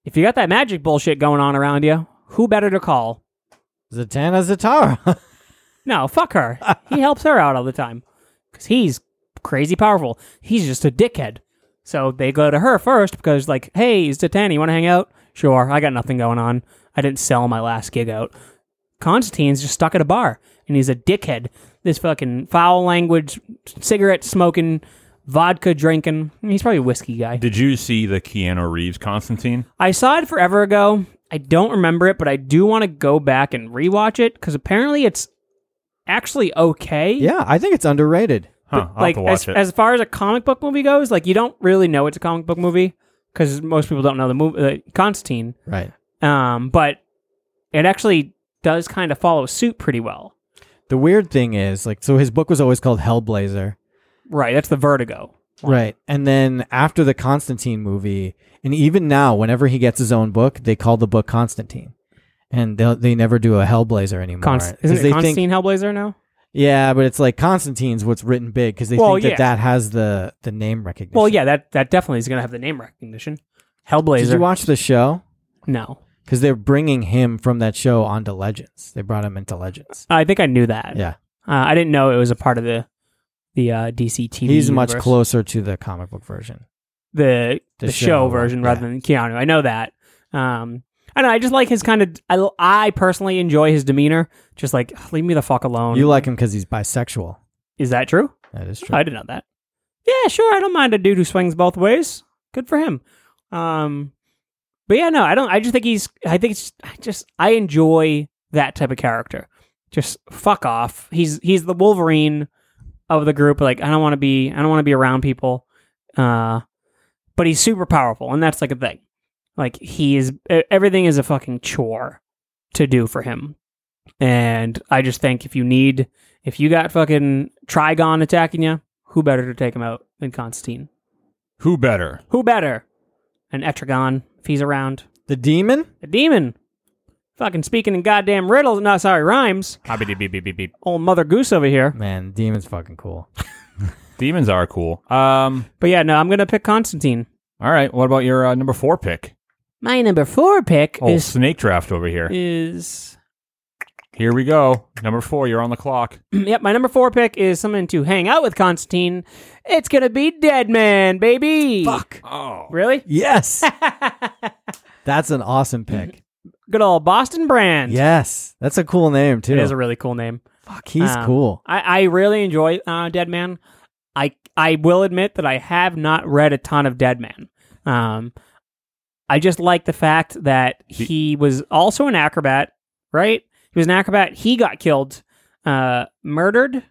if you got that magic bullshit going on around you, who better to call?
Zatanna Zatara.
No, fuck her. he helps her out all the time because he's crazy powerful. He's just a dickhead. So they go to her first because, like, hey, Zatanna, you want to hang out? Sure, I got nothing going on. I didn't sell my last gig out. Constantine's just stuck at a bar and he's a dickhead. This fucking foul language, cigarette smoking, vodka drinking. He's probably a whiskey guy.
Did you see the Keanu Reeves Constantine?
I saw it forever ago. I don't remember it, but I do want to go back and rewatch it because apparently it's actually okay.
yeah, I think it's underrated.
Huh. I'll
like
have to watch
as,
it.
as far as a comic book movie goes, like you don't really know it's a comic book movie because most people don't know the movie uh, Constantine.
Right.
Um, but it actually does kind of follow suit pretty well.
The weird thing is, like, so his book was always called Hellblazer.
Right, that's the Vertigo.
Right. And then after the Constantine movie, and even now, whenever he gets his own book, they call the book Constantine. And they'll- they never do a Hellblazer anymore.
Const- isn't
'Cause
it
they
Constantine
think,
Hellblazer now?
Yeah, but it's like Constantine's what's written big because they
Well,
think that
yeah.
that has the the name recognition.
Well, yeah, that that definitely is going to have the name recognition. Hellblazer.
Did you watch the show?
no,
Because they're bringing him from that show onto Legends. They brought him into Legends.
I think I knew that.
Yeah,
Uh, I didn't know it was a part of the the uh, DC TV.
he's much
universe.
closer to the comic book version.
the the,
The
show,
show,
version
yeah.
rather than Keanu. I know that. Um, I don't know. I just like his kind of. I, I personally enjoy his demeanor. Just like "Ugh, leave me the fuck alone.
You like him because he's bisexual.
Is that true?
That is true.
I didn't know that. Yeah, sure. I don't mind a dude who swings both ways. Good for him. Um, but yeah, no, I don't. I just think he's. I think it's. I just. I enjoy that type of character. Just fuck off. He's he's the Wolverine of the group. Like I don't want to be. I don't want to be around people. Uh, but he's super powerful, and that's like a thing. Like he is. e- Everything is a fucking chore to do for him. And I just think if you need if you got fucking Trigon attacking you, who better to take him out than Constantine?
Who better?
Who better? An Etrigon, if he's around.
the demon?
A demon. Fucking speaking in goddamn riddles. No, sorry, rhymes.
Hobby dee Ah, beep beep beep beep.
Old Mother Goose over here.
Man, demon's fucking cool.
Demons are cool. Um,
But yeah, no, I'm going to pick Constantine.
all right. What about your uh, number four pick?
My number four pick
Oh,
is.
snake draft over here.
is
Here we go. Number four. You're on the clock.
yep, my number four pick is someone to hang out with Constantine. It's going to be Deadman, baby. Fuck.
Oh,
Really?
Yes, that's an awesome pick.
Good old Boston Brand.
Yes, that's a cool name too.
It is a really cool name.
Fuck, he's
Um,
cool.
I, I really enjoy uh, Dead Man. I I will admit that I have not read a ton of Dead Man. Um, I just like the fact that he was also an acrobat, right? He was an acrobat. He got killed, uh, murdered.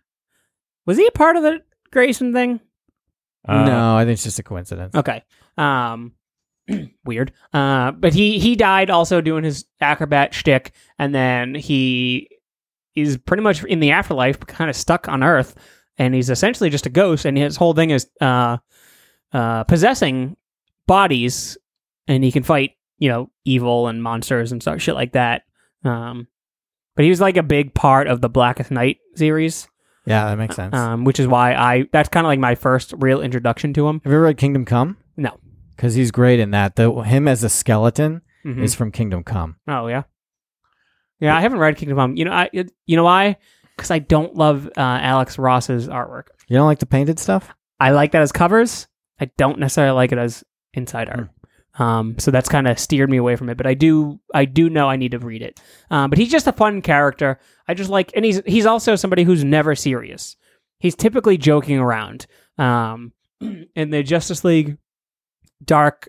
Was he a part of the Grayson thing?
Uh,
no, I think it's just a coincidence.
Okay. Um, weird. Uh, but he he died also doing his acrobat shtick, and then he is pretty much in the afterlife, kind of stuck on Earth, and he's essentially just a ghost, and his whole thing is uh, uh, possessing bodies, and he can fight you know evil and monsters and stuff shit like that. Um, but he was like a big part of the Blackest Night series,
Yeah, that makes sense.
um, which is why I that's kind of like my first real introduction to him.
Have you ever read Kingdom Come?
No.
because he's great in that. The, him as a skeleton
Mhm.
is from Kingdom Come.
Oh yeah, yeah. I haven't read Kingdom Come. You know, I it- you know why? Because I don't love uh, Alex Ross's artwork.
You don't like the painted stuff?
I like that as covers. I don't necessarily like it as inside art. Um, so that's kind of steered me away from it. But I do, I do know I need to read it. Um, but he's just a fun character. I just like, and he's he's also somebody who's never serious. He's typically joking around. Um, in the Justice League Dark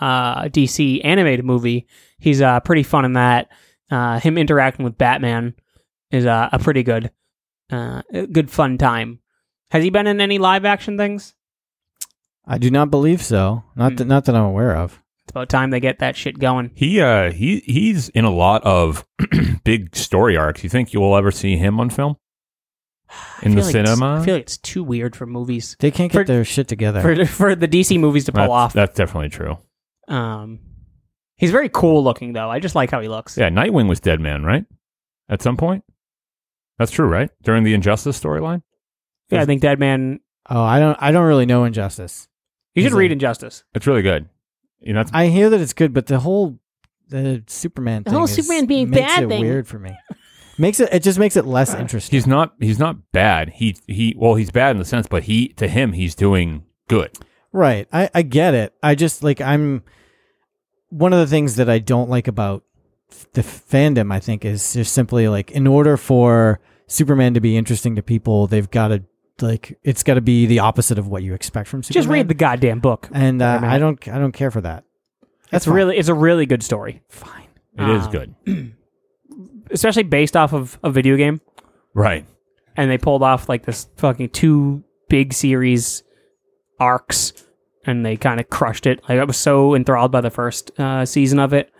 uh, DC animated movie, he's uh, pretty fun in that. Uh, him interacting with Batman is uh, a pretty good, uh, a good fun time. Has he been in any live action things?
I do not believe so.
Mm.
Not that, not that I'm aware of.
It's about time they get that shit going.
He uh he he's in a lot of big story arcs. You think you will ever see him on film? In the
I feel like it's-
cinema?
I feel like it's too weird for movies
They can't get
For-
their shit together.
for for the DC movies to pull
that's,
off.
that's definitely true.
Um, he's very cool looking though. I just like how he looks.
Yeah, Nightwing was dead man, right? At some point? That's true, right? During the Injustice storyline?
Yeah, I think Deadman.
oh, I don't. I don't really know Injustice.
You
Is
should
it-
read Injustice.
It's really good. You know, it's,
I hear that it's good, but the whole the Superman
The
thing
whole
is-
Superman being
makes
bad
it
thing.
weird for me. Makes it. It just makes it less interesting.
he's not he's not bad. He he well, he's bad in the sense, but he to him he's doing good.
Right. I, I get it. I just like I'm one of the things that I don't like about f- the fandom, I think, is just simply like in order for Superman to be interesting to people, they've got to like it's got to be the opposite of what you expect from Superman.
Just read the goddamn book.
and uh,
Superman.
I don't I don't care for that. That's
it's really it's a really good story,
fine.
It is
Um,
good.
especially based off of a video game.
Right.
And they pulled off like this fucking two big series arcs, and they kind of crushed it. Like I was so enthralled by the first uh, season of it,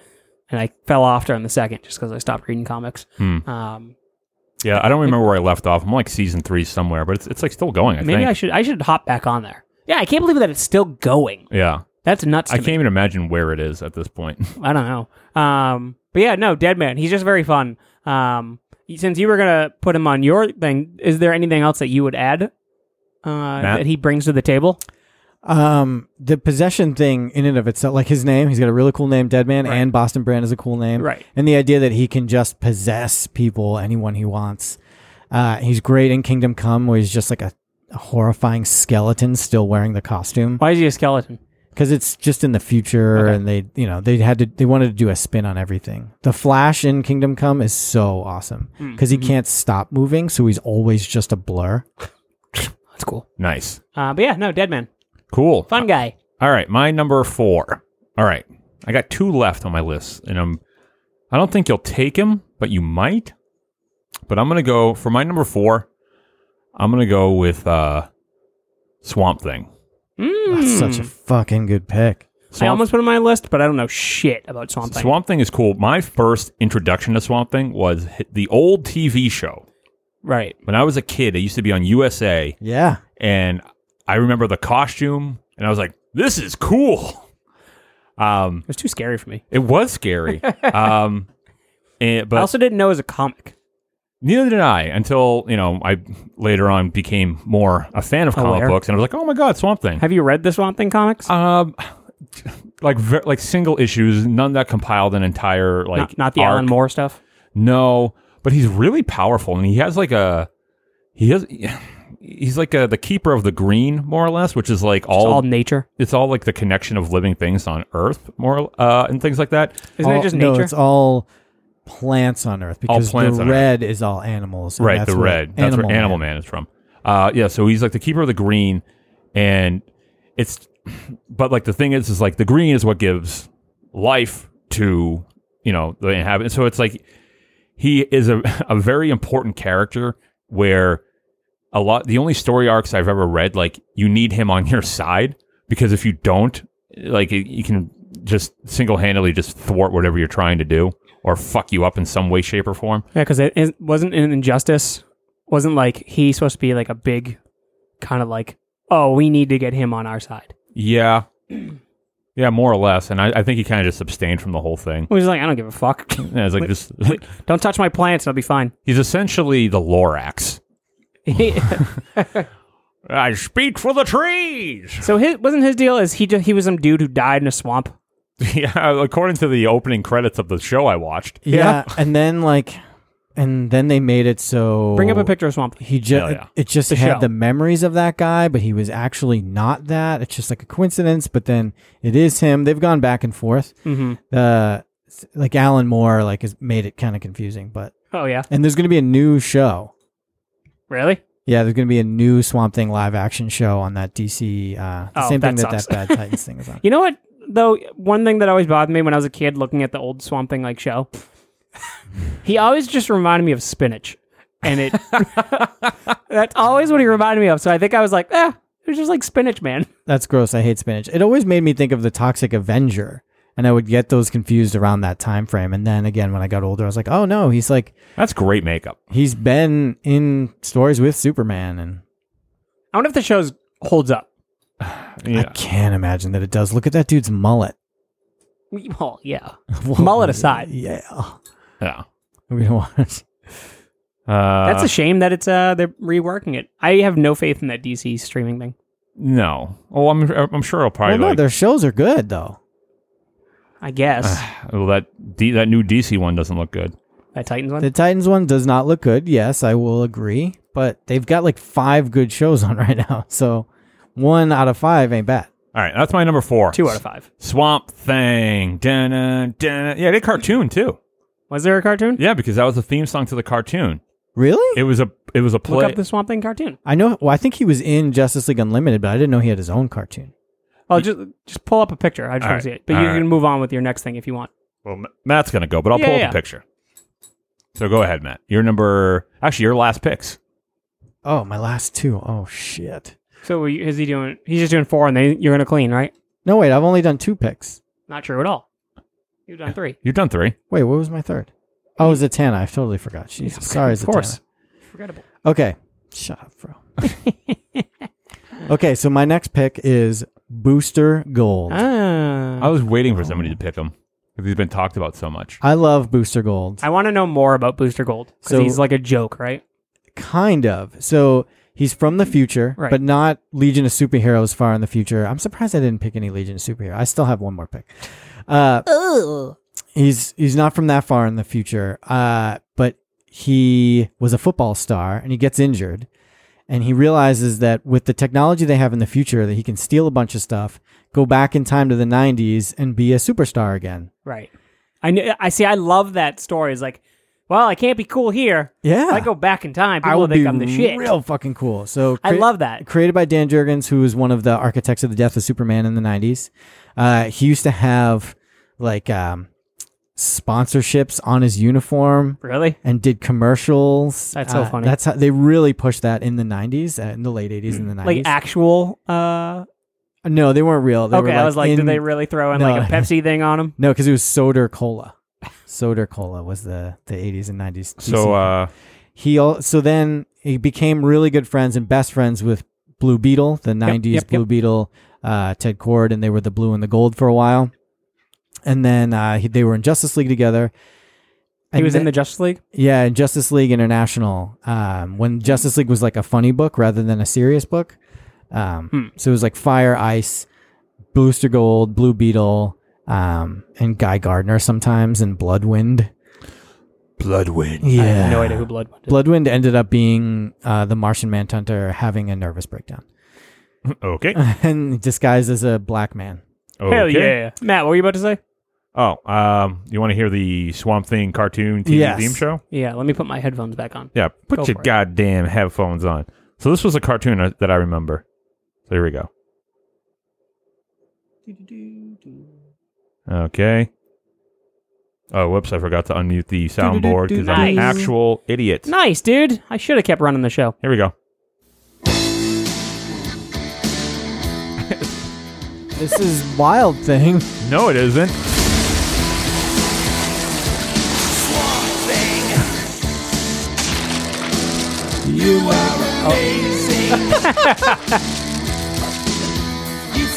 and I fell off during the second just because I stopped reading comics.
Hmm.
Um,
Yeah, I don't remember where I left off. I'm like season three somewhere, but it's it's like still going, I
Maybe
think.
I should I should hop back on there. Yeah, I can't believe that it's still going.
yeah.
That's nuts. To
I
me.
can't even imagine where it is at this point.
I don't know. Um, but yeah, no, Deadman. He's just very fun. Um, since you were gonna put him on your thing, is there anything else that you would add uh, that he brings to the table?
Um, the possession thing in and of itself, like his name, he's got a really cool name, Deadman,
Right.
and Boston Brand is a cool name,
Right.
And the idea that he can just possess people, anyone he wants. Uh, he's great in Kingdom Come, where he's just like a, a horrifying skeleton still wearing the costume
Why is he a skeleton?
because it's just in the future,
Okay.
and they, you know, they had to, they wanted to do a spin on everything. The Flash in Kingdom Come is so awesome
Mm.
because he
Mm-hmm.
can't stop moving, so he's always just a blur.
That's cool.
Nice.
Uh, but yeah, no, dead man,
Cool.
fun guy.
All right, my number four. All right, I got two left on my list, and I'm. I don't think you'll take him, but you might. But I'm gonna go for my number four. I'm gonna go with uh, Swamp Thing.
That's such
Mm.
a fucking good pick.
Swamp,
I almost put him on my list, but I don't know shit about Swamp Thing.
Swamp Thing is cool. My first introduction to Swamp Thing was hi- the old TV show.
Right.
When I was a kid, it used to be on USA,
Yeah.
and I remember the costume, and I was like, "This is cool." Um,
It was too scary for me.
It was scary. um, and- but
I also didn't know it was a comic.
neither did I until you know I later on became more a fan of comic
Aware.
books, and I was like, oh my god, Swamp Thing.
Have you read the Swamp Thing comics?
um, like ver- like single issues, none that compiled an entire like
not, not the
arc.
Alan Moore stuff.
No, but he's really powerful, and he has like a he has. He's like a, the keeper of the green, more or less, which is like
It's all
all.
nature.
It's all like the connection of living things on Earth, more uh, and things like that.
Isn't
all,
it just
no,
nature?
it's all plants on Earth because
plants
the
on Earth.
red is all animals. and
right
that's
the
what
red that's where animal man. is from uh yeah so he's like the keeper of the green and it's but like the thing is is like the green is what gives life to you know the inhabitants so it's like he is a, a very important character where a lot the only story arcs i've ever read like you need him on your side because if you don't like you you can just single-handedly just thwart whatever you're trying to do or fuck you up in some way shape or form
Yeah, because it is, wasn't in Injustice. Wasn't like he supposed to be like a big, kind of like, oh, we need to get him on our side.
Yeah. Yeah, more or less. And I, I think he kind of just abstained from the whole thing.
He was like, I don't give a fuck.
Yeah, it's like this,
don't touch my plants. I'll be fine.
he's essentially the Lorax.
so
I speak for the trees.
his wasn't his deal is he just, he was some dude who died in a swamp.
yeah, according to the opening credits of the show I watched.
Yeah. and then like, and then they made it so
Bring up a picture of Swamp. Thing.
He
Hell
just
yeah.
it just
The
had
show.
the memories of that guy, but he was actually not that. It's just like a coincidence. But then it is him. They've gone back and forth.
hmm
Uh, s- like Alan Moore, like has made it kind of confusing. But
Oh yeah,
and there's gonna be a new show.
really?
Yeah, there's gonna be a new Swamp Thing live action show on that DC. Uh, the
Oh,
same thing
that
that
sucks.
that Bad Titans thing is on.
You know what? Though one thing that always bothered me when I was a kid looking at the old Swamp Thing like show, he always just reminded me of spinach, and it that's always what he reminded me of. So I think I was like, ah, it was just like spinach, man.
That's gross. I hate spinach. It always made me think of the Toxic Avenger, and I would get those confused around that time frame. And then again, when I got older, I was like, "Oh no, he's like
That's great makeup.
he's been in stories with Superman." And
I wonder if the show holds up.
I
Yeah.
can't imagine that it does. Look at that dude's mullet.
Well, yeah.
Whoa.
Mullet aside.
yeah,
yeah.
we don't want. It.
Uh,
That's a shame that it's uh they're reworking it. I have no faith in that DC streaming thing.
no. Oh, I'm I'm sure I'll
Well,
probably
no,
like,
their shows are good though.
I guess
well, that D, that new DC one doesn't look good.
that Titans one.
The Titans one does not look good. Yes, I will agree, but they've got like five good shows on right now. So one out of five ain't bad.
All right, that's my number four.
Two out of five.
Swamp Thing. Dun-dun, dun-dun. Yeah, they did cartoon too.
Was there a cartoon?
Yeah, because that was the theme song to the cartoon.
Really?
It was a it was a play.
Look up the Swamp Thing cartoon.
I know. Well, I think he was in Justice League Unlimited, but I didn't know he had his own cartoon.
Well, Oh, just just pull up a picture. I just
All
want
right.
to see it. But
All
you
right.
can move on with your next thing if you want.
Well, M- Matt's going to go, but I'll
Yeah,
pull up
yeah.
a picture. So go ahead, Matt. Your number, actually, your last picks.
Oh, my last two. Oh shit.
So we- is he doing? He's just doing four, and then you're gonna clean, right?
No, wait. I've only done two picks.
Not true at all. You've done three.
You've done three.
Wait, what was my third? Oh, it was Zatanna. I totally forgot. Jesus, sorry,
of course.
Zatanna.
Forgettable.
Okay, shut up, bro. okay, so my next pick is Booster Gold.
Ah,
Oh.
I was waiting for somebody to pick them. because he's been talked about so much.
I love Booster Gold.
I want to know more about Booster Gold because
So-
he's like a joke, right?
kind of. So he's from the future,
Right.
but not Legion of Superheroes far in the future. I'm surprised I didn't pick any Legion of Superheroes. I still have one more pick. Uh, he's he's not from that far in the future. Uh, but he was a football star and he gets injured. And he realizes that with the technology they have in the future, that he can steal a bunch of stuff, go back in time to the '90s, and be a superstar again.
Right. I kn- I see. I love that story. It's like, well, I can't be cool here.
Yeah,
If I go back in time, people
I would
think
be
I'm the shit.
real fucking cool. So
I
crea-
love that.
Created by Dan Jurgens, who was one of the architects of the death of Superman in the '90s. Uh, he used to have like um, sponsorships on his uniform
Really?
and did commercials.
That's so
Uh,
funny.
That's how they really pushed that in the '90s, uh, in the late '80s, and the '90s.
Like actual? Uh,
no, they weren't real. They
okay.
were,
I was like,
in-
did they really throw in
No.
like a Pepsi thing on him?
No, because it was soda cola. Soda cola was the the '80s and '90s.
So uh,
he al- so then he became really good friends and best friends with Blue Beetle, the '90s
yep,
Blue
yep.
Beetle, uh, Ted Cord, and they were the blue and the gold for a while. And then uh, he, they were in Justice League together.
He
And
was in the
then-
Justice League.
yeah in Justice League International um, when Justice League was like a funny book rather than a serious book. Um,
Hmm.
So it was like Fire, Ice, Booster Gold, Blue Beetle, um, and Guy Gardner sometimes, and Bloodwind.
Bloodwind.
Yeah,
I have no idea who Blood was.
Bloodwind ended up being uh, the Martian Manhunter having a nervous breakdown
uh, okay,
and disguised as a black man.
okay.
Hell yeah, Matt. What were you about to say?
Oh, um, you want to hear the Swamp Thing cartoon TV
Yes.
theme show?
Yeah. Let me put my headphones back on.
Yeah, put
Go
your
for it.
goddamn headphones on. So this was a cartoon uh, that I remember. So here we go. Okay. Oh, whoops! I forgot to unmute the soundboard because I'm an
Nice.
actual idiot.
Nice, dude. I should have kept running the show.
Here we go.
This is Wild Thing.
No, it isn't.
You
You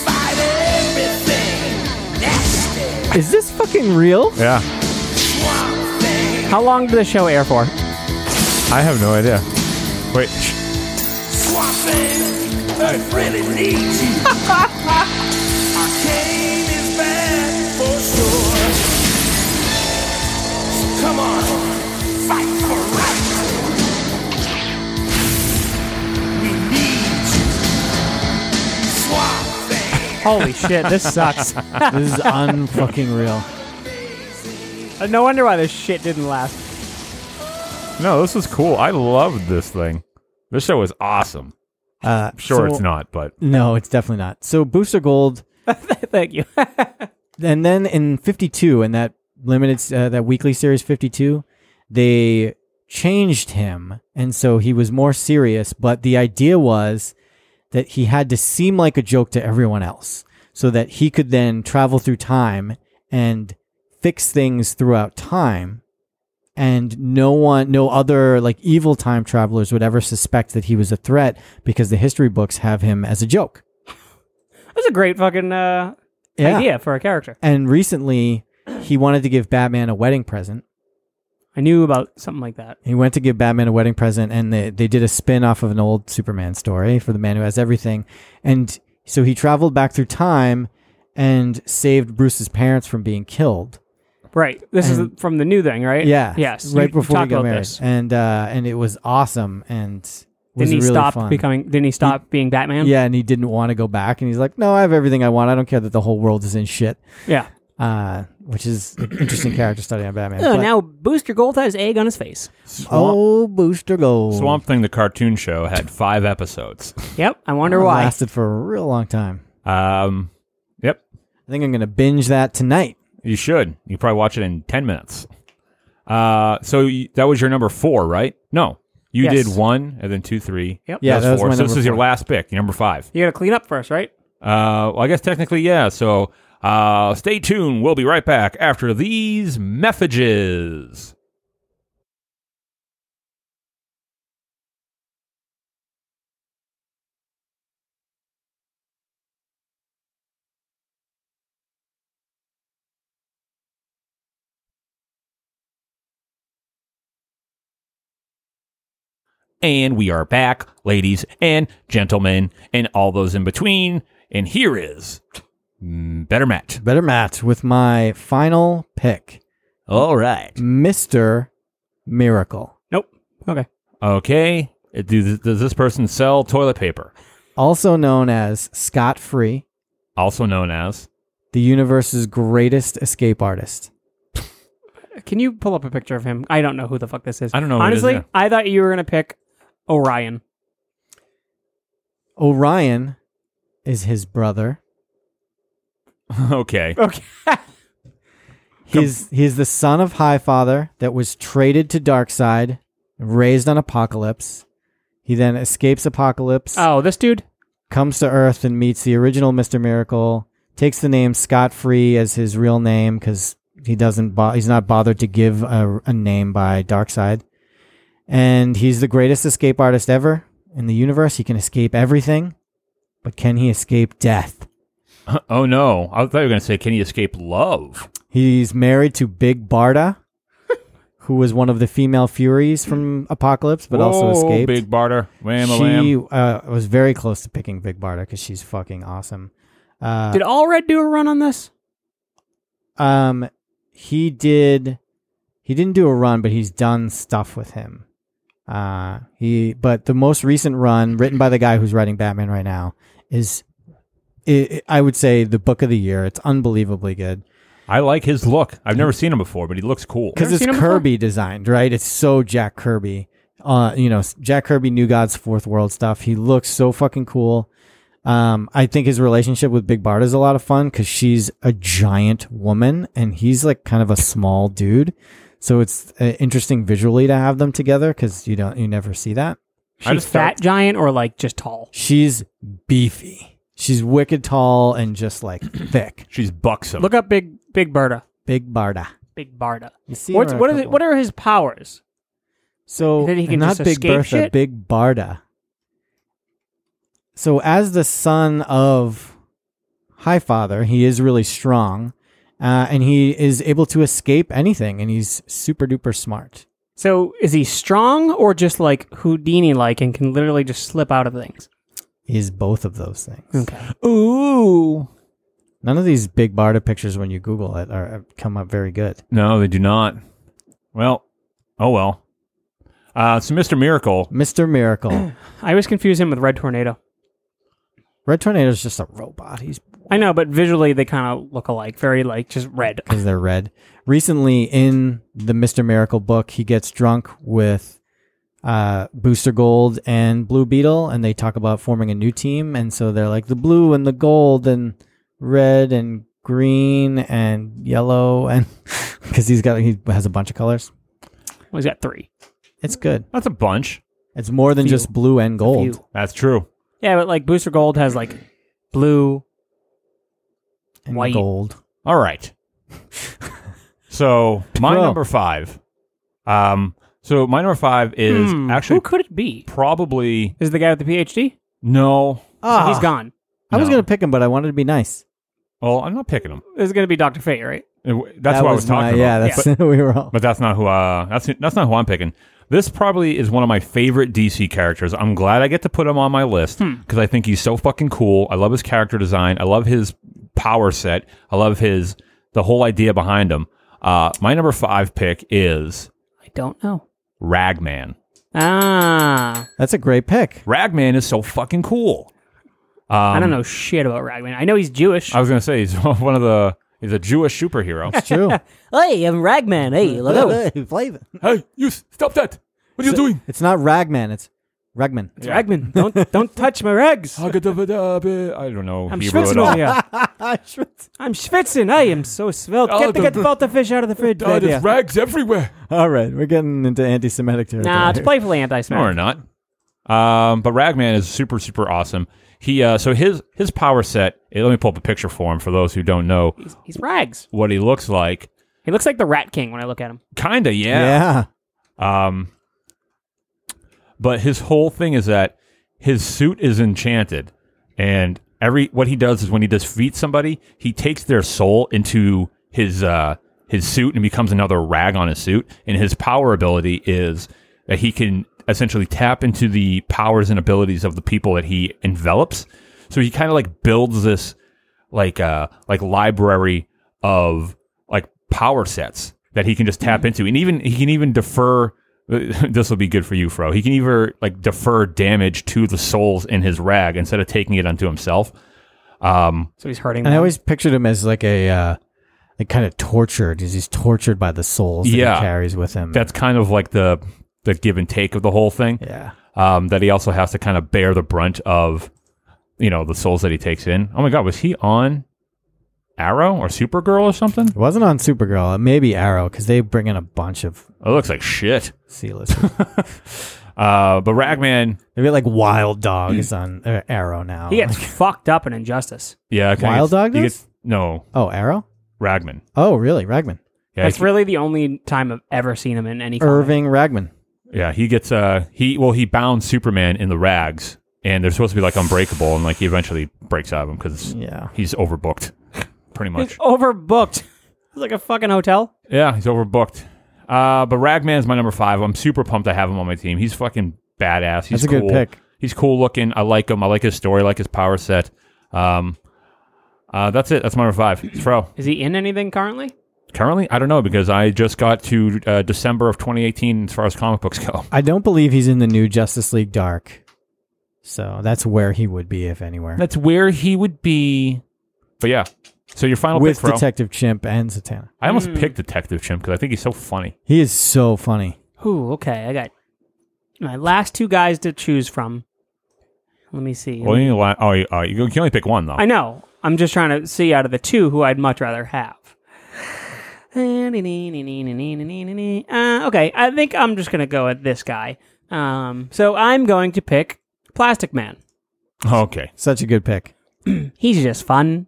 fight everything. Nasty
is this fucking real?
Yeah,
swamp thing.
How long did the show air for?
I have no idea. Wait, shh.
Swamp thing. Earth really needs you. Arcane is bad for sure. So come on. Fight for right. We need you. Swamp thing.
Holy shit, this sucks.
This is unfucking real.
no wonder why this shit didn't last.
no, this is cool. I love this thing. This show is awesome.
Uh,
Sure,
so-
it's not, but
No, it's definitely not. So Booster Gold,
Thank you.
and then in '52, in that limited, uh, that weekly series '52, they changed him, and so he was more serious. But the idea was that he had to seem like a joke to everyone else, so that he could then travel through time and fix things throughout time. And no one, no other like evil time travelers would ever suspect that he was a threat because the history books have him as a joke.
That's a great fucking uh,
Yeah.
idea for a character.
And recently, he wanted to give Batman a wedding present.
I knew about something like that.
He went to give Batman a wedding present, and they, they did a spin off of an old Superman story for the man who has everything. And so he traveled back through time and saved Bruce's parents from being killed.
Right. This
And-
is from the new thing, right?
Yeah.
Yes.
Right
you- you
before he
talked
got
about
married.
this.
And uh, and it was awesome and was
Didn't he
really
stop
fun.
becoming? Didn't he stop being Batman?
yeah, and he didn't want to go back. And he's like, no, I have everything I want. I don't care that the whole world is in shit.
Yeah.
Uh, which is an interesting character study on Batman.
Oh,
But-
now Booster Gold has egg on his face.
Swamp,
oh, Booster Gold.
Swamp Thing, the cartoon show, had five episodes.
Yep. I wonder
It
why.
Lasted for a real long time.
Um, yep.
I think I'm gonna binge that tonight.
You should. You probably watch it in 10 minutes. Uh, so you, that was your number four, right? No. You
Yes.
did one and then two, three.
Yep.
Yeah, that was
four.
my
so this
number
is your
four.
last pick, your number five.
You got to clean up first, right?
Uh, well, I guess technically, yeah. So uh, stay tuned. We'll be right back after these messages. And we are back, ladies and gentlemen, and all those in between. And here is mm, Better Match.
Better match with my final pick,
All right.
Mister Miracle.
Nope. Okay.
Okay. Do, does this person sell toilet paper?
also known as Scott Free,
Also known as.
the universe's greatest escape artist.
Can you pull up a picture of him? I don't know who the fuck this is.
I don't know who it is,
Honestly,
yeah.
I thought you were gonna pick Orion.
Orion is his brother.
Okay.
Okay.
He's he's the son of High Father that was traded to Darkseid, raised on Apocalypse. He then escapes Apocalypse,
oh, this dude.
comes to Earth and meets the original Mister Miracle. Takes the name Scott Free as his real name because he doesn't. Bo- he's not bothered to give a, a name by Darkseid, and he's the greatest escape artist ever in the universe. He can escape everything, but can he escape death?
Oh no! I thought you were going to say, "Can he escape love?"
He's married to Big Barda, who was one of the female Furies from Apocalypse, but also
Whoa,
escaped.
Big barter, wham a
she
lamb.
uh, was very close to picking Big Barda because she's fucking awesome. Uh,
Did Allred do a run on this?
um, he did. He didn't do a run, but he's done stuff with him. Uh, he but the most recent run written by the guy who's writing Batman right now is, i I would say, the book of the year. It's unbelievably good.
I like his look. I've never seen him before, but he looks cool.
because
Never
it's
seen him before?
Kirby designed, right? It's so Jack Kirby. Uh, you know, s- Jack Kirby, New Gods, Fourth World stuff. He looks so fucking cool. Um, I think his relationship with Big Barda is a lot of fun because she's a giant woman and he's like kind of a small dude. So it's uh, interesting visually to have them together because you don't you never see that.
I
She's
just felt-
fat giant or like just tall?
She's beefy. She's wicked tall and just like thick.
She's buxom.
Look up Big Big Barda.
Big Barda.
Big Barda.
You see
What's,
her a
what is it?
couple-
What are his powers?
So
Then he can
not
just
Big
escape
Bertha,
shit?
Big Barda. So as the son of High Father, he is really strong, uh, and he is able to escape anything, and he's super duper smart.
So is he strong or just like Houdini like and can literally just slip out of things?
He is both of those things.
Okay.
Ooh.
None of these Big Barda pictures, when you Google it, are come up very good.
No, they do not. Well, oh well. Uh, so Mr. Miracle,
Mister Miracle,
I always confuse him with Red Tornado.
Red Tornado is just a robot. He's
I know, but visually they kind of look alike. Very like just red.
because they're red. Recently, in the Mister Miracle book, he gets drunk with uh, Booster Gold and Blue Beetle, and they talk about forming a new team. And so they're like the blue and the gold and red and green and yellow, and because he's got he has a bunch of colors.
Well, he's got three.
It's good.
that's a bunch.
It's more than
Few.
just blue and gold.
Few.
That's true.
Yeah, but like Booster Gold has like blue.
And
White.
gold.
All right. so my
Well.
number five. Um. So my number five is
Hmm,
actually
who could it be?
probably
Is it the guy with the PhD?
no.
Ah,
He's gone.
I was
No.
gonna pick him, but I wanted to be nice.
Well, I'm not picking him.
It's going to be Doctor Fate, right?
It w- That's
That
what I was talking
my-
about.
Yeah, that's we were all.
But that's not who. Uh, that's that's not who I'm picking. This probably is one of my favorite DC characters. I'm glad I get to put him on my list because I think he's so fucking cool. I love his character design. I love his power set. I love his the whole idea behind him. Uh, my number five pick is
I don't know.
Ragman.
Ah,
That's a great pick.
Ragman is so fucking cool. Um, uh,
I don't know shit about Ragman. I know he's Jewish.
I was gonna say he's one of the he's a Jewish superhero.
It's true.
hey, I'm Ragman. Hey, look out.
Flavor.
hey, you stop that! What are you doing?
It's not Ragman. It's Ragman.
It's Ragman. Don't don't touch my rags.
I don't know.
I'm
Hebrew at
schwitzing
all.
over here. I'm schwitzing. I am so svelte.
Oh,
Get the
the-
get the fish out of the fridge.
Oh, there's
baby.
rags everywhere.
All right, we're getting into anti-Semitic territory.
Nah, it's
here.
playfully
No, we're
anti-Semitic.
not. Um, but Ragman is super, super awesome. He uh, so his his power set. eh, Let me pull up a picture for him for those who don't know
He's, he's rags.
what he looks like.
He looks like the Rat King when I look at him.
Kinda, yeah.
yeah.
Um, but his whole thing is that his suit is enchanted, and every what he does is when he defeats somebody, he takes their soul into his uh, his suit and becomes another rag on his suit. And his power ability is that he can essentially tap into the powers and abilities of the people that he envelops. So he kind of like builds this like uh like library of like power sets that he can just
Mm-hmm.
tap into, and even he can even defer. This will be good for you, Fro. He can either like defer damage to the souls in his rag instead of taking it unto himself. Um,
So he's hurting.
And I
them.
always pictured him as like a uh, like kind of tortured. He's, he's tortured by the souls that
Yeah.
he carries with him.
that's kind of like the the give and take of the whole thing.
yeah.
um, that he also has to kind of bear the brunt of, you know, the souls that he takes in. Oh my God, was he on Arrow or Supergirl or something?
It wasn't on Supergirl. It may be Arrow because they bring in a bunch of
It looks like shit.
C-listers.
Uh, but Ragman,
Maybe like Wild Dog is on uh, Arrow now.
he gets fucked up in Injustice.
yeah, okay,
Wild
he
Dog
he
does?
no
oh, Arrow?
Ragman.
Oh, really? Ragman.
Yeah,
That's
he,
really the only time I've ever seen him in any. comic.
Irving Ragman.
yeah, he gets uh he well he bound Superman in the rags, and they're supposed to be like unbreakable, and like he eventually breaks out of him because
Yeah.
he's overbooked, pretty
He's
much.
overbooked. It's like a fucking hotel.
Yeah, he's overbooked. Uh, but Ragman's my number five. I'm super pumped to have him on my team. He's fucking badass. He's
That's a good
cool.
pick.
He's cool looking. I like him. I like his story. I like his power set. Um, uh, that's it. That's my number five. It's Fro.
Is he in anything currently?
Currently, I don't know because I just got to uh, December of 2018 as far as comic books go.
I don't believe he's in the new Justice League Dark. So that's where he would be, if anywhere.
That's where he would be. But yeah. So your final
With
pick, Fro.
Detective Chimp and Satana.
I almost
Mm.
picked Detective Chimp because I think he's so funny.
He is so funny.
Ooh, okay. I got my last two guys to choose from. Let me see.
Well, you, only- oh, you- oh, you can only pick one though.
I know. I'm just trying to see out of the two who I'd much rather have. Uh, okay, I think I'm just gonna go with this guy. Um, so I'm going to pick Plastic Man.
Okay.
Such a good pick.
He's just fun,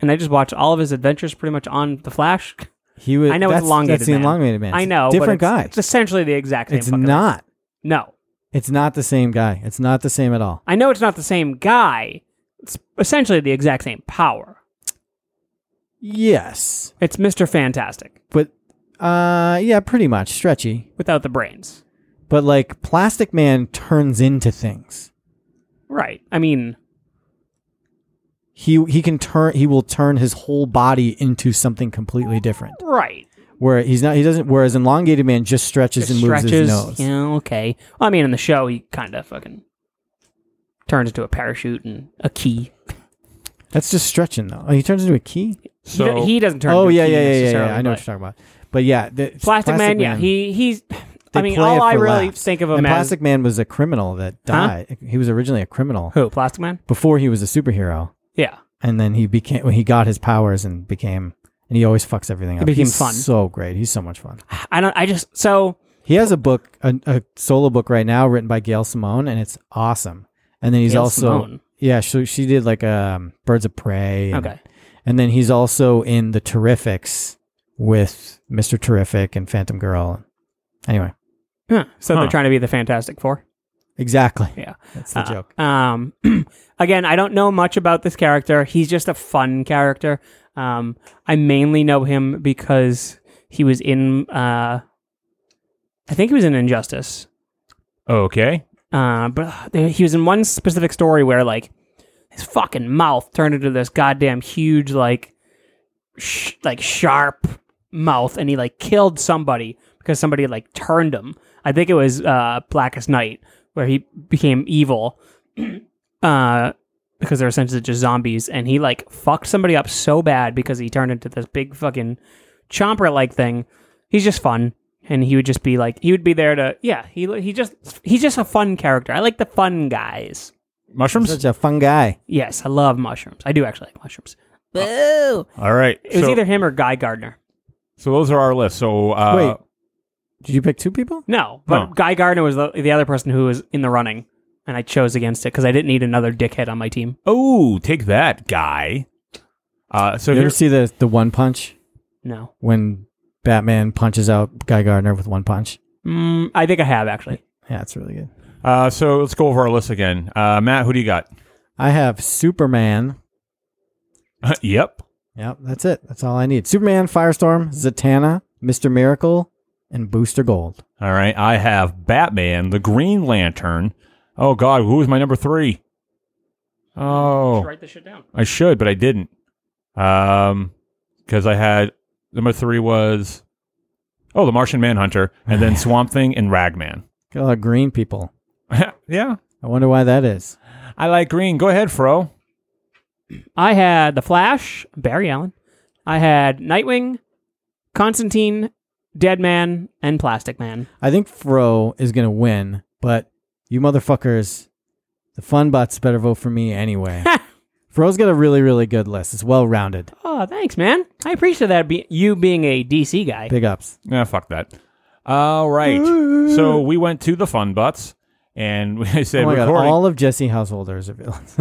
and I just watch all of his adventures pretty much on the Flash.
He was.
I know
that's,
it's elongated.
That's the
man.
elongated man.
I
It's a
know, but
Different
it's-
guy.
It's essentially the exact same.
It's
fucking-
not.
No,
It's not the same guy. It's not the same at all.
I know it's not the same guy. It's essentially the exact same power.
Yes,
It's Mister Fantastic
but uh, yeah, pretty much stretchy.
without the brains.
But like Plastic Man turns into things.
Right. I mean,
He he can turn. He will turn his whole body into something completely different.
right.
Where he's not. He doesn't. Whereas elongated man just stretches
Just
and moves his nose.
Yeah, okay. Well, I mean, in the show, he kind of fucking turns into a parachute and a key.
That's just stretching though. Oh, he turns into a key.
He do-
So
he, doesn't turn.
Oh
into
yeah,
a key
yeah, yeah, yeah,
necessarily,
yeah. I know what
but-
you're talking about. But yeah, the,
Plastic, Man, Yeah, he he's. I
they
mean,
play
all
it
I
for
really
laughs.
think of him
and
as
Plastic Man was a criminal that
Huh?
died. He was originally a criminal
who? Plastic Man.
before he was a superhero.
Yeah.
and then he became well, he got his powers and became and he always fucks everything up.
became
He's
fun.
So great. He's so much fun.
I don't. I just so
He has a book, a, a solo book right now written by Gail Simone, and it's awesome. And then he's
Gail
also
Simone?
yeah, she she did like um, Birds of Prey. And,
okay.
and then he's also in the Terrifics with Mister Terrific and Phantom Girl. Anyway,
Huh. So
Huh.
they're trying to be the Fantastic Four.
exactly.
Yeah.
that's
Ah.
the
Uh,
joke.
Um, again, I don't know much about this character. He's just a fun character. Um, I mainly know him because he was in, uh, I think he was in Injustice.
okay.
Uh, but uh, there- he was in one specific story where like his fucking mouth turned into this goddamn huge like sh- like sharp mouth, and he like killed somebody because somebody like turned him. I think it was uh, Blackest Night where he became evil. uh, because they're essentially just zombies, and he like fucked somebody up so bad because he turned into this big fucking chomper like thing. He's just fun, and he would just be like, he would be there to, yeah, he he just he's just a fun character. I like the fun guys.
Mushrooms.
Such a fun guy.
Yes, I love mushrooms. I do actually like mushrooms. Boo!
All right.
it was
so,
either him or Guy Gardner.
so those are our lists. So uh,
Wait, did you pick two people?
No, but
No.
Guy Gardner was the, the other person who was in the running, and I chose against it because I didn't need another dickhead on my team.
Oh, take that guy. Uh, so
You ever
here's
see the the One Punch?
No,
when Batman punches out Guy Gardner with one punch.
mm, I think I have actually.
Yeah, it's really good.
uh, so let's go over our list again. Uh, Matt, who do you got?
I have Superman.
yep.
Yep, that's it. That's all I need. Superman, Firestorm, Zatanna, Mr. Miracle, and Booster Gold.
All right, I have Batman, the Green Lantern. Oh God, who was my number three? Oh,
Write this shit down.
I should, but I didn't. Um, because I had number three was oh, the Martian Manhunter, and then Swamp Thing and Ragman.
Got a lot of green people.
yeah,
I wonder why that is.
I like green. Go ahead, Fro.
I had The Flash, Barry Allen. I had Nightwing, Constantine, Deadman, and Plastic Man.
I think Fro is gonna win, but you motherfuckers, the fun bots better vote for me anyway. Fro's got a really, really good list. It's well rounded.
Oh, thanks, man. I appreciate that. Be- you being a DC guy.
Big ups.
Yeah, fuck that. All right, so we went to the Fun Butts, and we said
Oh my god,
recording.
all of Jesse Householders are villains.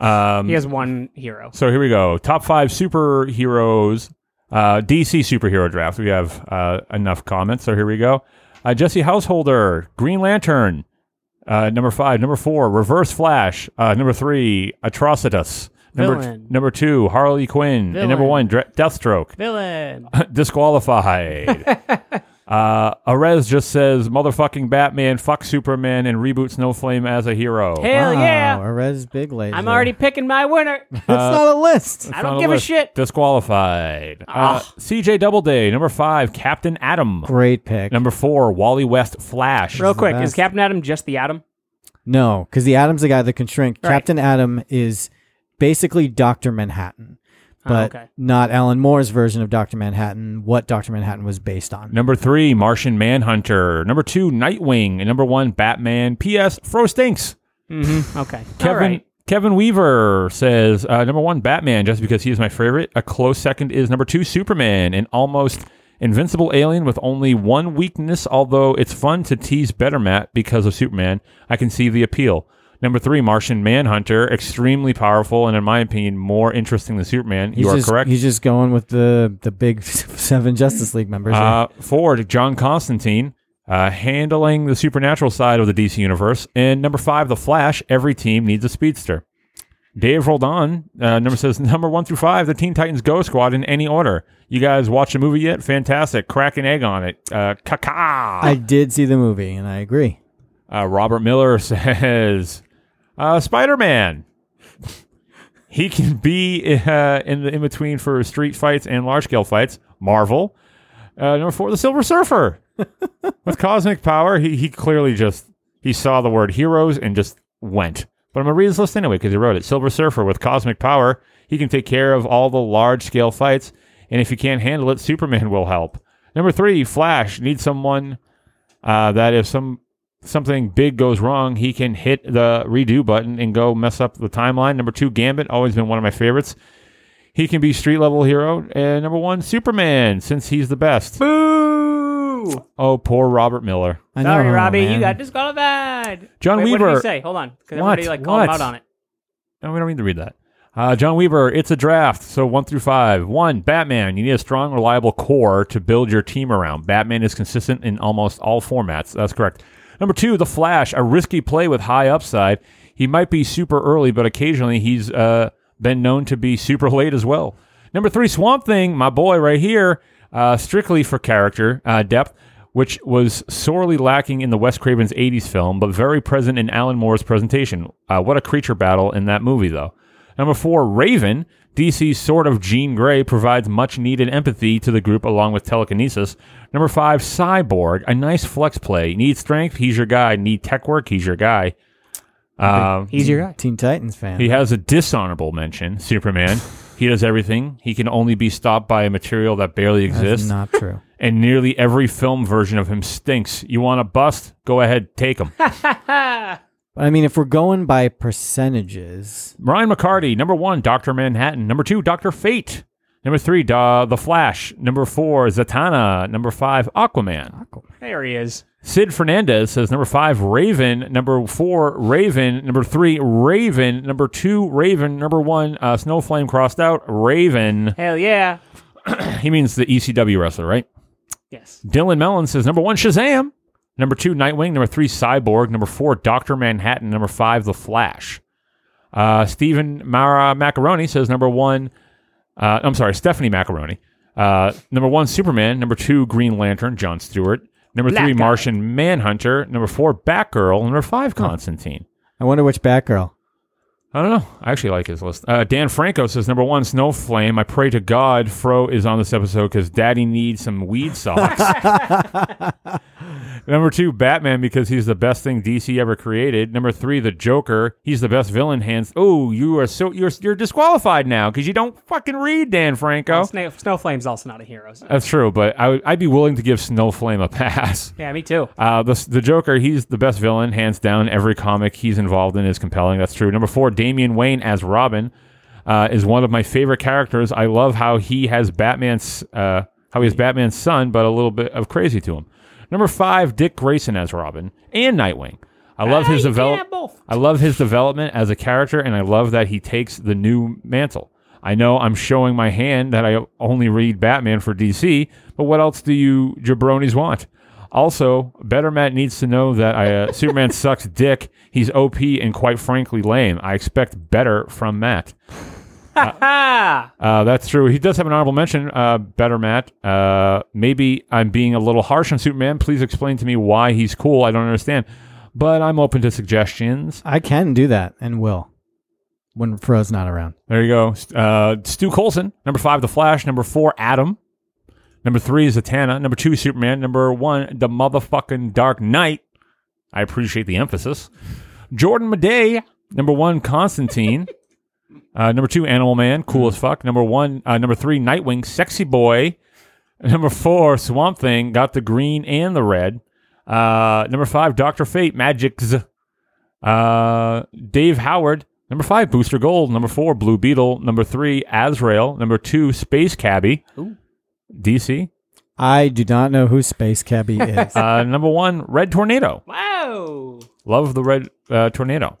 um,
He has one hero.
So here we go. Top five superheroes, uh, DC superhero draft. We have uh, enough comments. So here we go. Uh, Jesse Householder, Green Lantern, uh, number five. Number four, Reverse Flash. Uh, number three, Atrocitus. Number,
Villain.
number two, Harley Quinn. And number
Villain.
one, Dre- Deathstroke.
Villain.
Disqualified. uh, Arez just says, motherfucking Batman, fuck Superman, and reboot Snowflame as a hero.
Hell
wow,
yeah.
Arez Big Laser.
I'm already picking my winner.
That's not a list.
I
It's on
don't
the
give a
list.
shit.
Disqualified. Uh,
Ah.
CJ Doubleday, number five, Captain Atom.
Great pick.
Number four, Wally West Flash.
Real quick, is
best.
Captain Atom just the Atom?
No, because the Atom's the guy that can shrink.
Right.
Captain Atom is basically Doctor Manhattan, but
Oh, okay.
not Alan Moore's version of Doctor Manhattan. What Doctor Manhattan was based on.
Number three, Martian Manhunter. Number two, Nightwing. And number one, Batman. P.S. Fro stinks.
Mm-hmm. Okay. All
Kevin
right.
Kevin Weaver says uh, number one, Batman, just because he is my favorite. A close second is number two, Superman, an almost invincible alien with only one weakness. Although it's fun to tease Better Matt because of Superman, I can see the appeal. Number three, Martian Manhunter, extremely powerful and, in my opinion, more interesting than Superman.
He's
you are
just,
correct.
He's just going with the the big seven Justice League members.
Uh, four, John Constantine, uh, handling the supernatural side of the DC universe. And number five, The Flash. Every team needs a speedster. Dave Roldan, uh, number says number one through five, the Teen Titans Go Squad in any order. You guys watch the movie yet? Fantastic. Crack an egg on it. Uh,
I
caca.
did see the movie, and I agree.
Uh, Robert Miller says uh, Spider Man. He can be uh, in the in between for street fights and large scale fights. Marvel. Uh, number four, the Silver Surfer. With cosmic power, he, he clearly just he saw the word heroes and just went. But I'm gonna read his list anyway because he wrote it. Silver Surfer with cosmic power, he can take care of all the large scale fights, and if he can't handle it, Superman will help. Number three, Flash needs someone uh, that if some something big goes wrong, he can hit the redo button and go mess up the timeline. Number two, Gambit, always been one of my favorites. He can be street level hero. And number one, Superman, since he's the best.
Boo!
Oh, poor Robert Miller.
I
Sorry,
know, Oh,
Robbie, you
man.
got disqualified.
John
Wait, What did
Weaver-
he say? Hold on, because
What?
everybody like called him
What?
out on it.
No, we don't need to read that. Uh, John Weaver, it's a draft. So one through five. One, Batman. You need a strong, reliable core to build your team around. Batman is consistent in almost all formats. That's correct. Number two, The Flash, a risky play with high upside. He might be super early, but occasionally he's uh, been known to be super late as well. Number three, Swamp Thing, my boy right here, uh, strictly for character uh, depth, which was sorely lacking in the Wes Craven's 80s film, but very present in Alan Moore's presentation. Uh, what a creature battle in that movie, though. Number four, Raven, DC's sort of Jean Grey, provides much needed empathy to the group along with telekinesis. Number five, Cyborg, a nice flex play. Need strength, he's your guy. Need tech work, he's your guy. Um,
He's your guy.
Teen Titans fan.
he has a dishonorable mention, Superman. he does everything. He can only be stopped by a material that barely
That's
exists,
not true.
and nearly every film version of him stinks. You want a bust? Go ahead, take him.
But I mean, if we're going by percentages,
Ryan McCarty, number one, Doctor Manhattan. Number two, Doctor Fate. Number three, Da- The Flash. Number four, Zatanna. Number five, Aquaman.
There he is.
Sid Fernandez says number five, Raven. Number four, Raven. Number three, Raven. Number two, Raven. Number one, uh, Snowflame crossed out, Raven.
Hell yeah.
He means the ECW wrestler, right?
Yes.
Dylan Mellon says number one, Shazam. Number two, Nightwing. Number three, Cyborg. Number four, Doctor Manhattan. Number five, The Flash. Uh, Stephen Mara Macaroni says number one. Uh, I'm sorry, Stephanie Macaroni. Uh, number one, Superman. Number two, Green Lantern, John Stewart. Number
Black
three,
guy.
Martian Manhunter. Number four, Batgirl. Number five, Constantine.
I wonder which Batgirl.
I don't know. I actually like his list. Uh, Dan Franco says number one, Snowflame. I pray to God Fro is on this episode because Daddy needs some weed socks. number two, Batman because he's the best thing DC ever created. Number three, the Joker. He's the best villain. Hands. Oh, you are so you're you're disqualified now because you don't fucking read Dan Franco.
Snow, Snowflame's also not a hero. so-
That's true, but I would, I'd be willing to give Snowflame a pass.
Yeah, me too.
Uh, the, the Joker, he's the best villain, hands down. Every comic he's involved in is compelling. That's true. Number four, Damian Wayne as Robin uh, is one of my favorite characters. I love how he has Batman's uh, how he has Batman's son, but a little bit of crazy to him. Number five, Dick Grayson as Robin and Nightwing. I love his
you can't
develop.
have both.
I love his development as a character, and I love that he takes the new mantle. I know I'm showing my hand that I only read Batman for DC, but what else do you jabronis want? Also, Better Matt needs to know that I, uh, Superman sucks dick. He's OP and quite frankly lame. I expect better from Matt.
Ah,
Uh, that's true. He does have an honorable mention, uh, Better Matt. Uh, maybe I'm being a little harsh on Superman. Please explain to me why he's cool. I don't understand. But I'm open to suggestions.
I can do that and will when Fro's not around.
There you go. Uh, Stu Colson, number five, The Flash. Number four, Adam. Number three is Zatanna. Number two, Superman. Number one, The Motherfucking Dark Knight. I appreciate the emphasis. Jordan Madey, number one, Constantine. uh, number two, Animal Man, cool as fuck. Number one, uh, number three, Nightwing, sexy boy. Number four, Swamp Thing, got the green and the red. Uh, number five, Doctor Fate, Magics. Uh, Dave Howard. Number five, Booster Gold. Number four, Blue Beetle. Number three, Azrael. Number two, Space Cabby. DC.
I do not know who Space Cabby is.
Uh, number one, Red Tornado.
wow.
Love the Red uh, Tornado.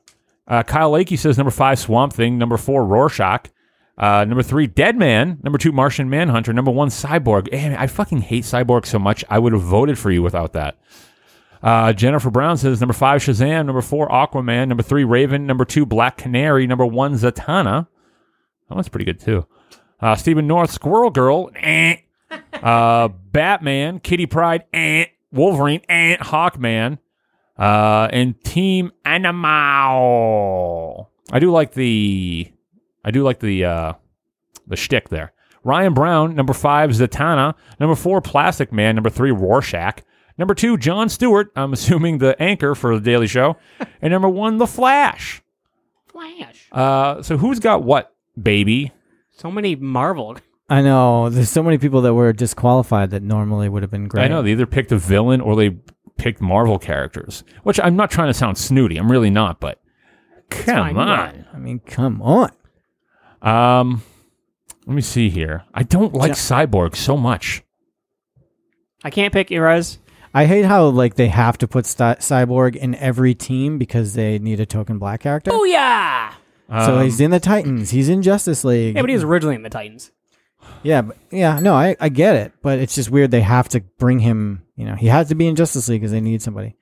Uh, Kyle Lakey says number five, Swamp Thing. Number four, Rorschach. Uh, number three, Dead Man. Number two, Martian Manhunter. Number one, Cyborg. Man, I fucking hate Cyborg so much. I would have voted for you without that. Uh, Jennifer Brown says number five, Shazam. Number four, Aquaman. Number three, Raven. Number two, Black Canary. Number one, Zatanna. That one's pretty good too. Uh, Stephen North, Squirrel Girl. Eh. Uh, Batman, Kitty Pride. Eh. Wolverine. Eh. Hawkman uh, and Team Animal. I do like the, I do like the, uh, the shtick there. Ryan Brown, number five, Zatanna, number four, Plastic Man, number three, Rorschach, number two, John Stewart. I'm assuming the anchor for the Daily Show, and number one, The Flash.
Flash.
Uh, so who's got what, baby?
So many Marvel.
I know there's so many people that were disqualified that normally would have been great.
I know they either picked a villain or they picked Marvel characters. Which I'm not trying to sound snooty. I'm really not, but
fine,
come
you are.
on.
I mean, come on.
Um, let me see here. I don't like Cyborg so much.
I can't pick heroes.
I hate how like they have to put Cy- Cyborg in every team because they need a token black character.
Oh yeah.
so
Um,
he's in the Titans. He's in Justice League.
Yeah, but he was originally in the Titans.
yeah, but, yeah. No, I, I get it, but it's just weird they have to bring him. You know, he has to be in Justice League because they need somebody.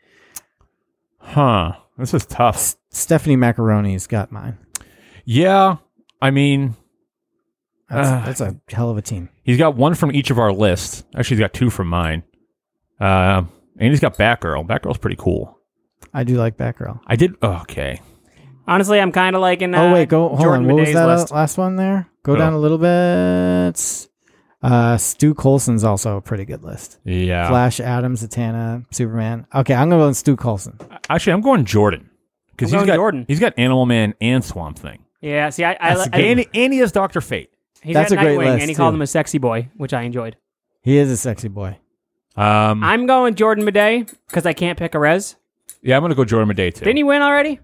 huh? This is tough.
S- Stephanie Macaroni's got mine.
Yeah, I mean,
That's,
Ah.
that's a hell of a team.
he's got one from each of our lists. Actually, he's got two from mine. Uh, and he's got Batgirl. Batgirl's pretty cool.
I do like Batgirl.
I did okay.
Honestly, I'm kind of like in. Uh,
oh wait, go hold
Jordan
on. What
Madej's
was that uh,
list.
last one there? Go
Oh.
down a little bit. Uh, Stu Colson's also a pretty good list.
Yeah.
Flash, Adams, Zatanna, Superman. Okay, I'm gonna go with Stu Colson.
Actually, I'm going Jordan because
I'm
he's
going
got
Jordan.
he's got Animal Man and Swamp Thing.
Yeah. See, I. I,
That's
I,
a good
And, and he has Doctor Fate.
He's
That's
got
a great
Nightwing,
list,
and he called
too.
him a sexy boy, which I enjoyed.
He is a sexy boy. Hmm.
Um,
I'm going Jordan Bidet because I can't pick a res.
yeah, I'm gonna go Jordan Madej too.
Didn't he win already?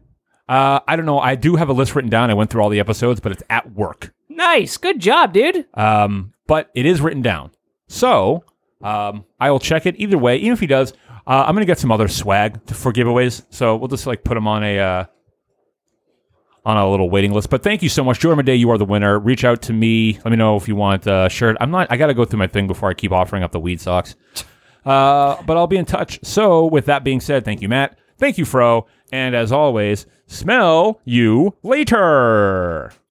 uh, I don't know. I do have a list written down. I went through all the episodes, but it's at work.
Nice, good job, dude.
um, but it is written down. So um, I will check it either way. Even if he does, uh, I'm going to get some other swag to- for giveaways. So we'll just like put him on a uh, on a little waiting list. But thank you so much, Jordan Day. You are the winner. Reach out to me. Let me know if you want a shirt. I'm not. I got to go through my thing before I keep offering up the weed socks. Uh, but I'll be in touch. So with that being said, thank you, Matt. Thank you, Fro. And as always, smell you later.